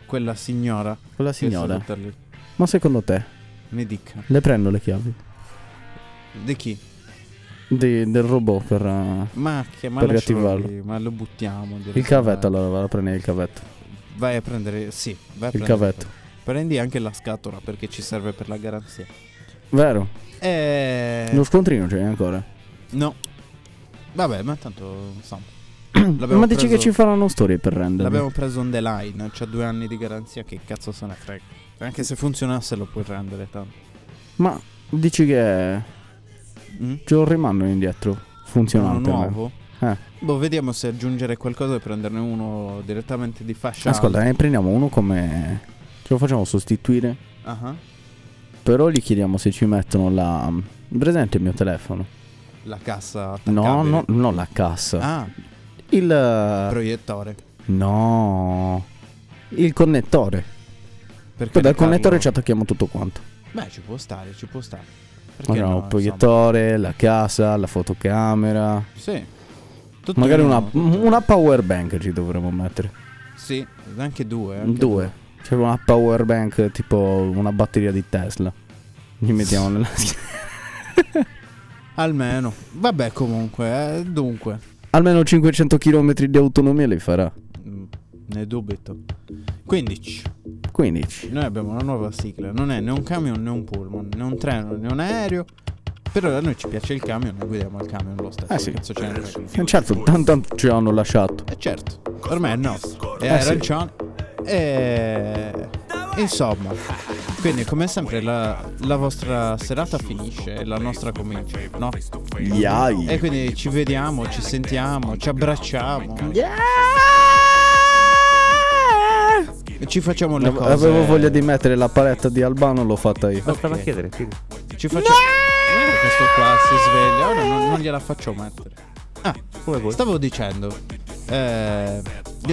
B: Quella signora.
D: Quella
B: che è
D: signora.
B: seduta lì.
D: Ma secondo te?
B: Mi dica.
D: Le prendo le chiavi?
B: Di chi?
D: Di- del robot per. eh,
B: Ma che ma
D: Per
B: lascialo
D: riattivarlo.
B: lì, Ma lo buttiamo.
D: il
B: direttamente.
D: cavetto allora, va a prendere il cavetto.
B: Vai a prendere. Sì, vai a
D: Il
B: prendere-
D: cavetto.
B: Prendi anche la scatola perché ci serve per la garanzia.
D: Vero?
B: Eh.
D: Lo scontrino c'è ancora.
B: No. Vabbè, ma tanto. Insomma.
D: Ma dici che ci
B: preso-
D: faranno storie per renderlo?
B: L'abbiamo preso on the line. C'ha due anni di garanzia. Che cazzo se ne frega. Anche se funzionasse, lo puoi rendere tanto.
D: Ma dici che.
B: Mm?
D: Ce lo rimandano indietro?
B: Uno
D: Funzionante. ma-
B: nuovo?
D: Eh.
B: Boh, vediamo se aggiungere qualcosa e prenderne uno direttamente di fascia.
D: Ascolta, ne prendiamo uno come. Ce lo facciamo sostituire.
B: Ah,
D: Però gli chiediamo se ci mettono la. mm, Presente il mio telefono?
B: La cassa.
D: No,
B: attaccabile.
D: no, no, la cassa.
B: Ah,
D: Il. eh,
B: proiettore.
D: No. Il connettore.
B: Perché
D: Poi dal
B: Carlo-
D: connettore ci attacchiamo tutto quanto.
B: Beh, ci può stare, ci può stare. Perché
D: Abbiamo il
B: insomma?
D: proiettore, la casa, la fotocamera.
B: Sì. Tutto
D: Magari
B: in
D: una,
B: uno, tutto in
D: una power bank ci dovremmo mettere.
B: uno. Sì, anche due. anche
D: Due. C'è una power bank tipo una batteria di Tesla. Gli mettiamo nella schiena.
B: Almeno. Vabbè, comunque, eh, dunque.
D: Almeno 500 km di autonomia li farà.
B: Mm, Ne dubito. 15.
D: 15.
B: Noi abbiamo una nuova sigla. Non è né un camion né un pullman, né un treno né un aereo. Però a noi ci piace il camion, noi guidiamo il camion lo stesso.
D: Eh sì.
B: Cazzo ce ne frega.
D: Eh, Certo, tanto ci hanno lasciato.
B: Eh certo, ormai è nostro. E
D: Eh
B: hai
D: sì.
B: ragione. E... Insomma, quindi come sempre la, la vostra serata finisce e la nostra comincia, no?
D: Yai.
B: E quindi ci vediamo, ci sentiamo, ci abbracciamo. E ci facciamo le cose.
D: Avevo
B: eh.
D: voglia di mettere la paletta di Albano, l'ho fatta io.
C: Bastava chiedere, quindi.
B: Ci facciamo... Guarda Questo qua si sveglia, ora non, non gliela faccio mettere. Ah,
C: Come vuoi.
B: stavo dicendo... Eh,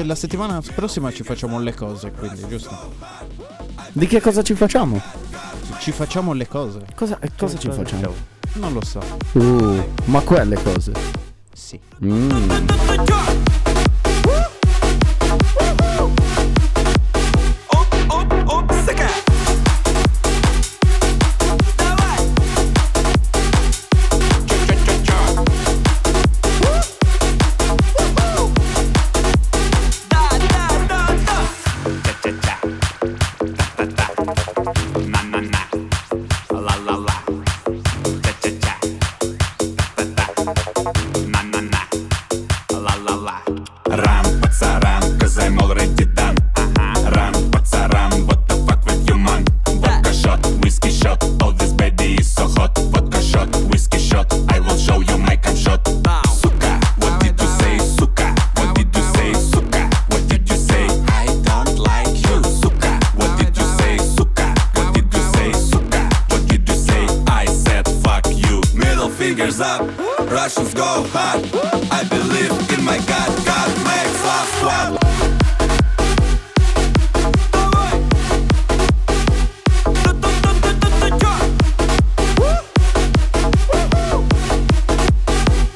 B: la settimana prossima ci facciamo le cose, quindi giusto?
D: Di che cosa ci facciamo?
B: Ci facciamo le cose.
D: Cosa, eh, cosa ci facciamo?
B: Non lo so.
D: Uh, ma quelle cose.
B: Sì.
D: Mm.
G: La la la. Uh-huh. Time's up, Russians go hot. I believe in my God, God makes us one.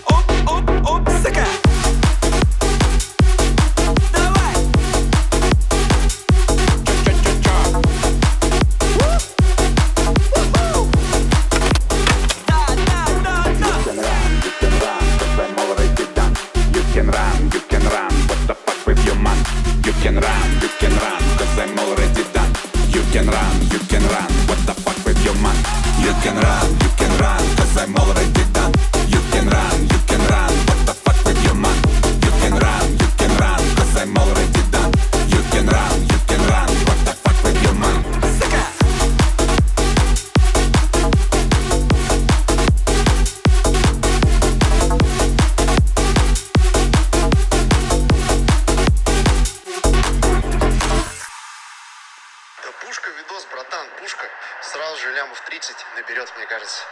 G: Оп, оп, оп, сыка. Давай.
H: You can run, you can run, what the fuck with your man? You can run, you can run, cause I'm already done. You can run, you can run, what the fuck with your man? You can run, you can run, cause I'm already done. You can run, you can run, what the fuck with your man? You can run, you can run, cause I'm already done. You can run, you can run, what the fuck with your man? Sucker!
I: Да пушка видос, братан, пушка. Сразу же лямов 30 наберет, мне кажется.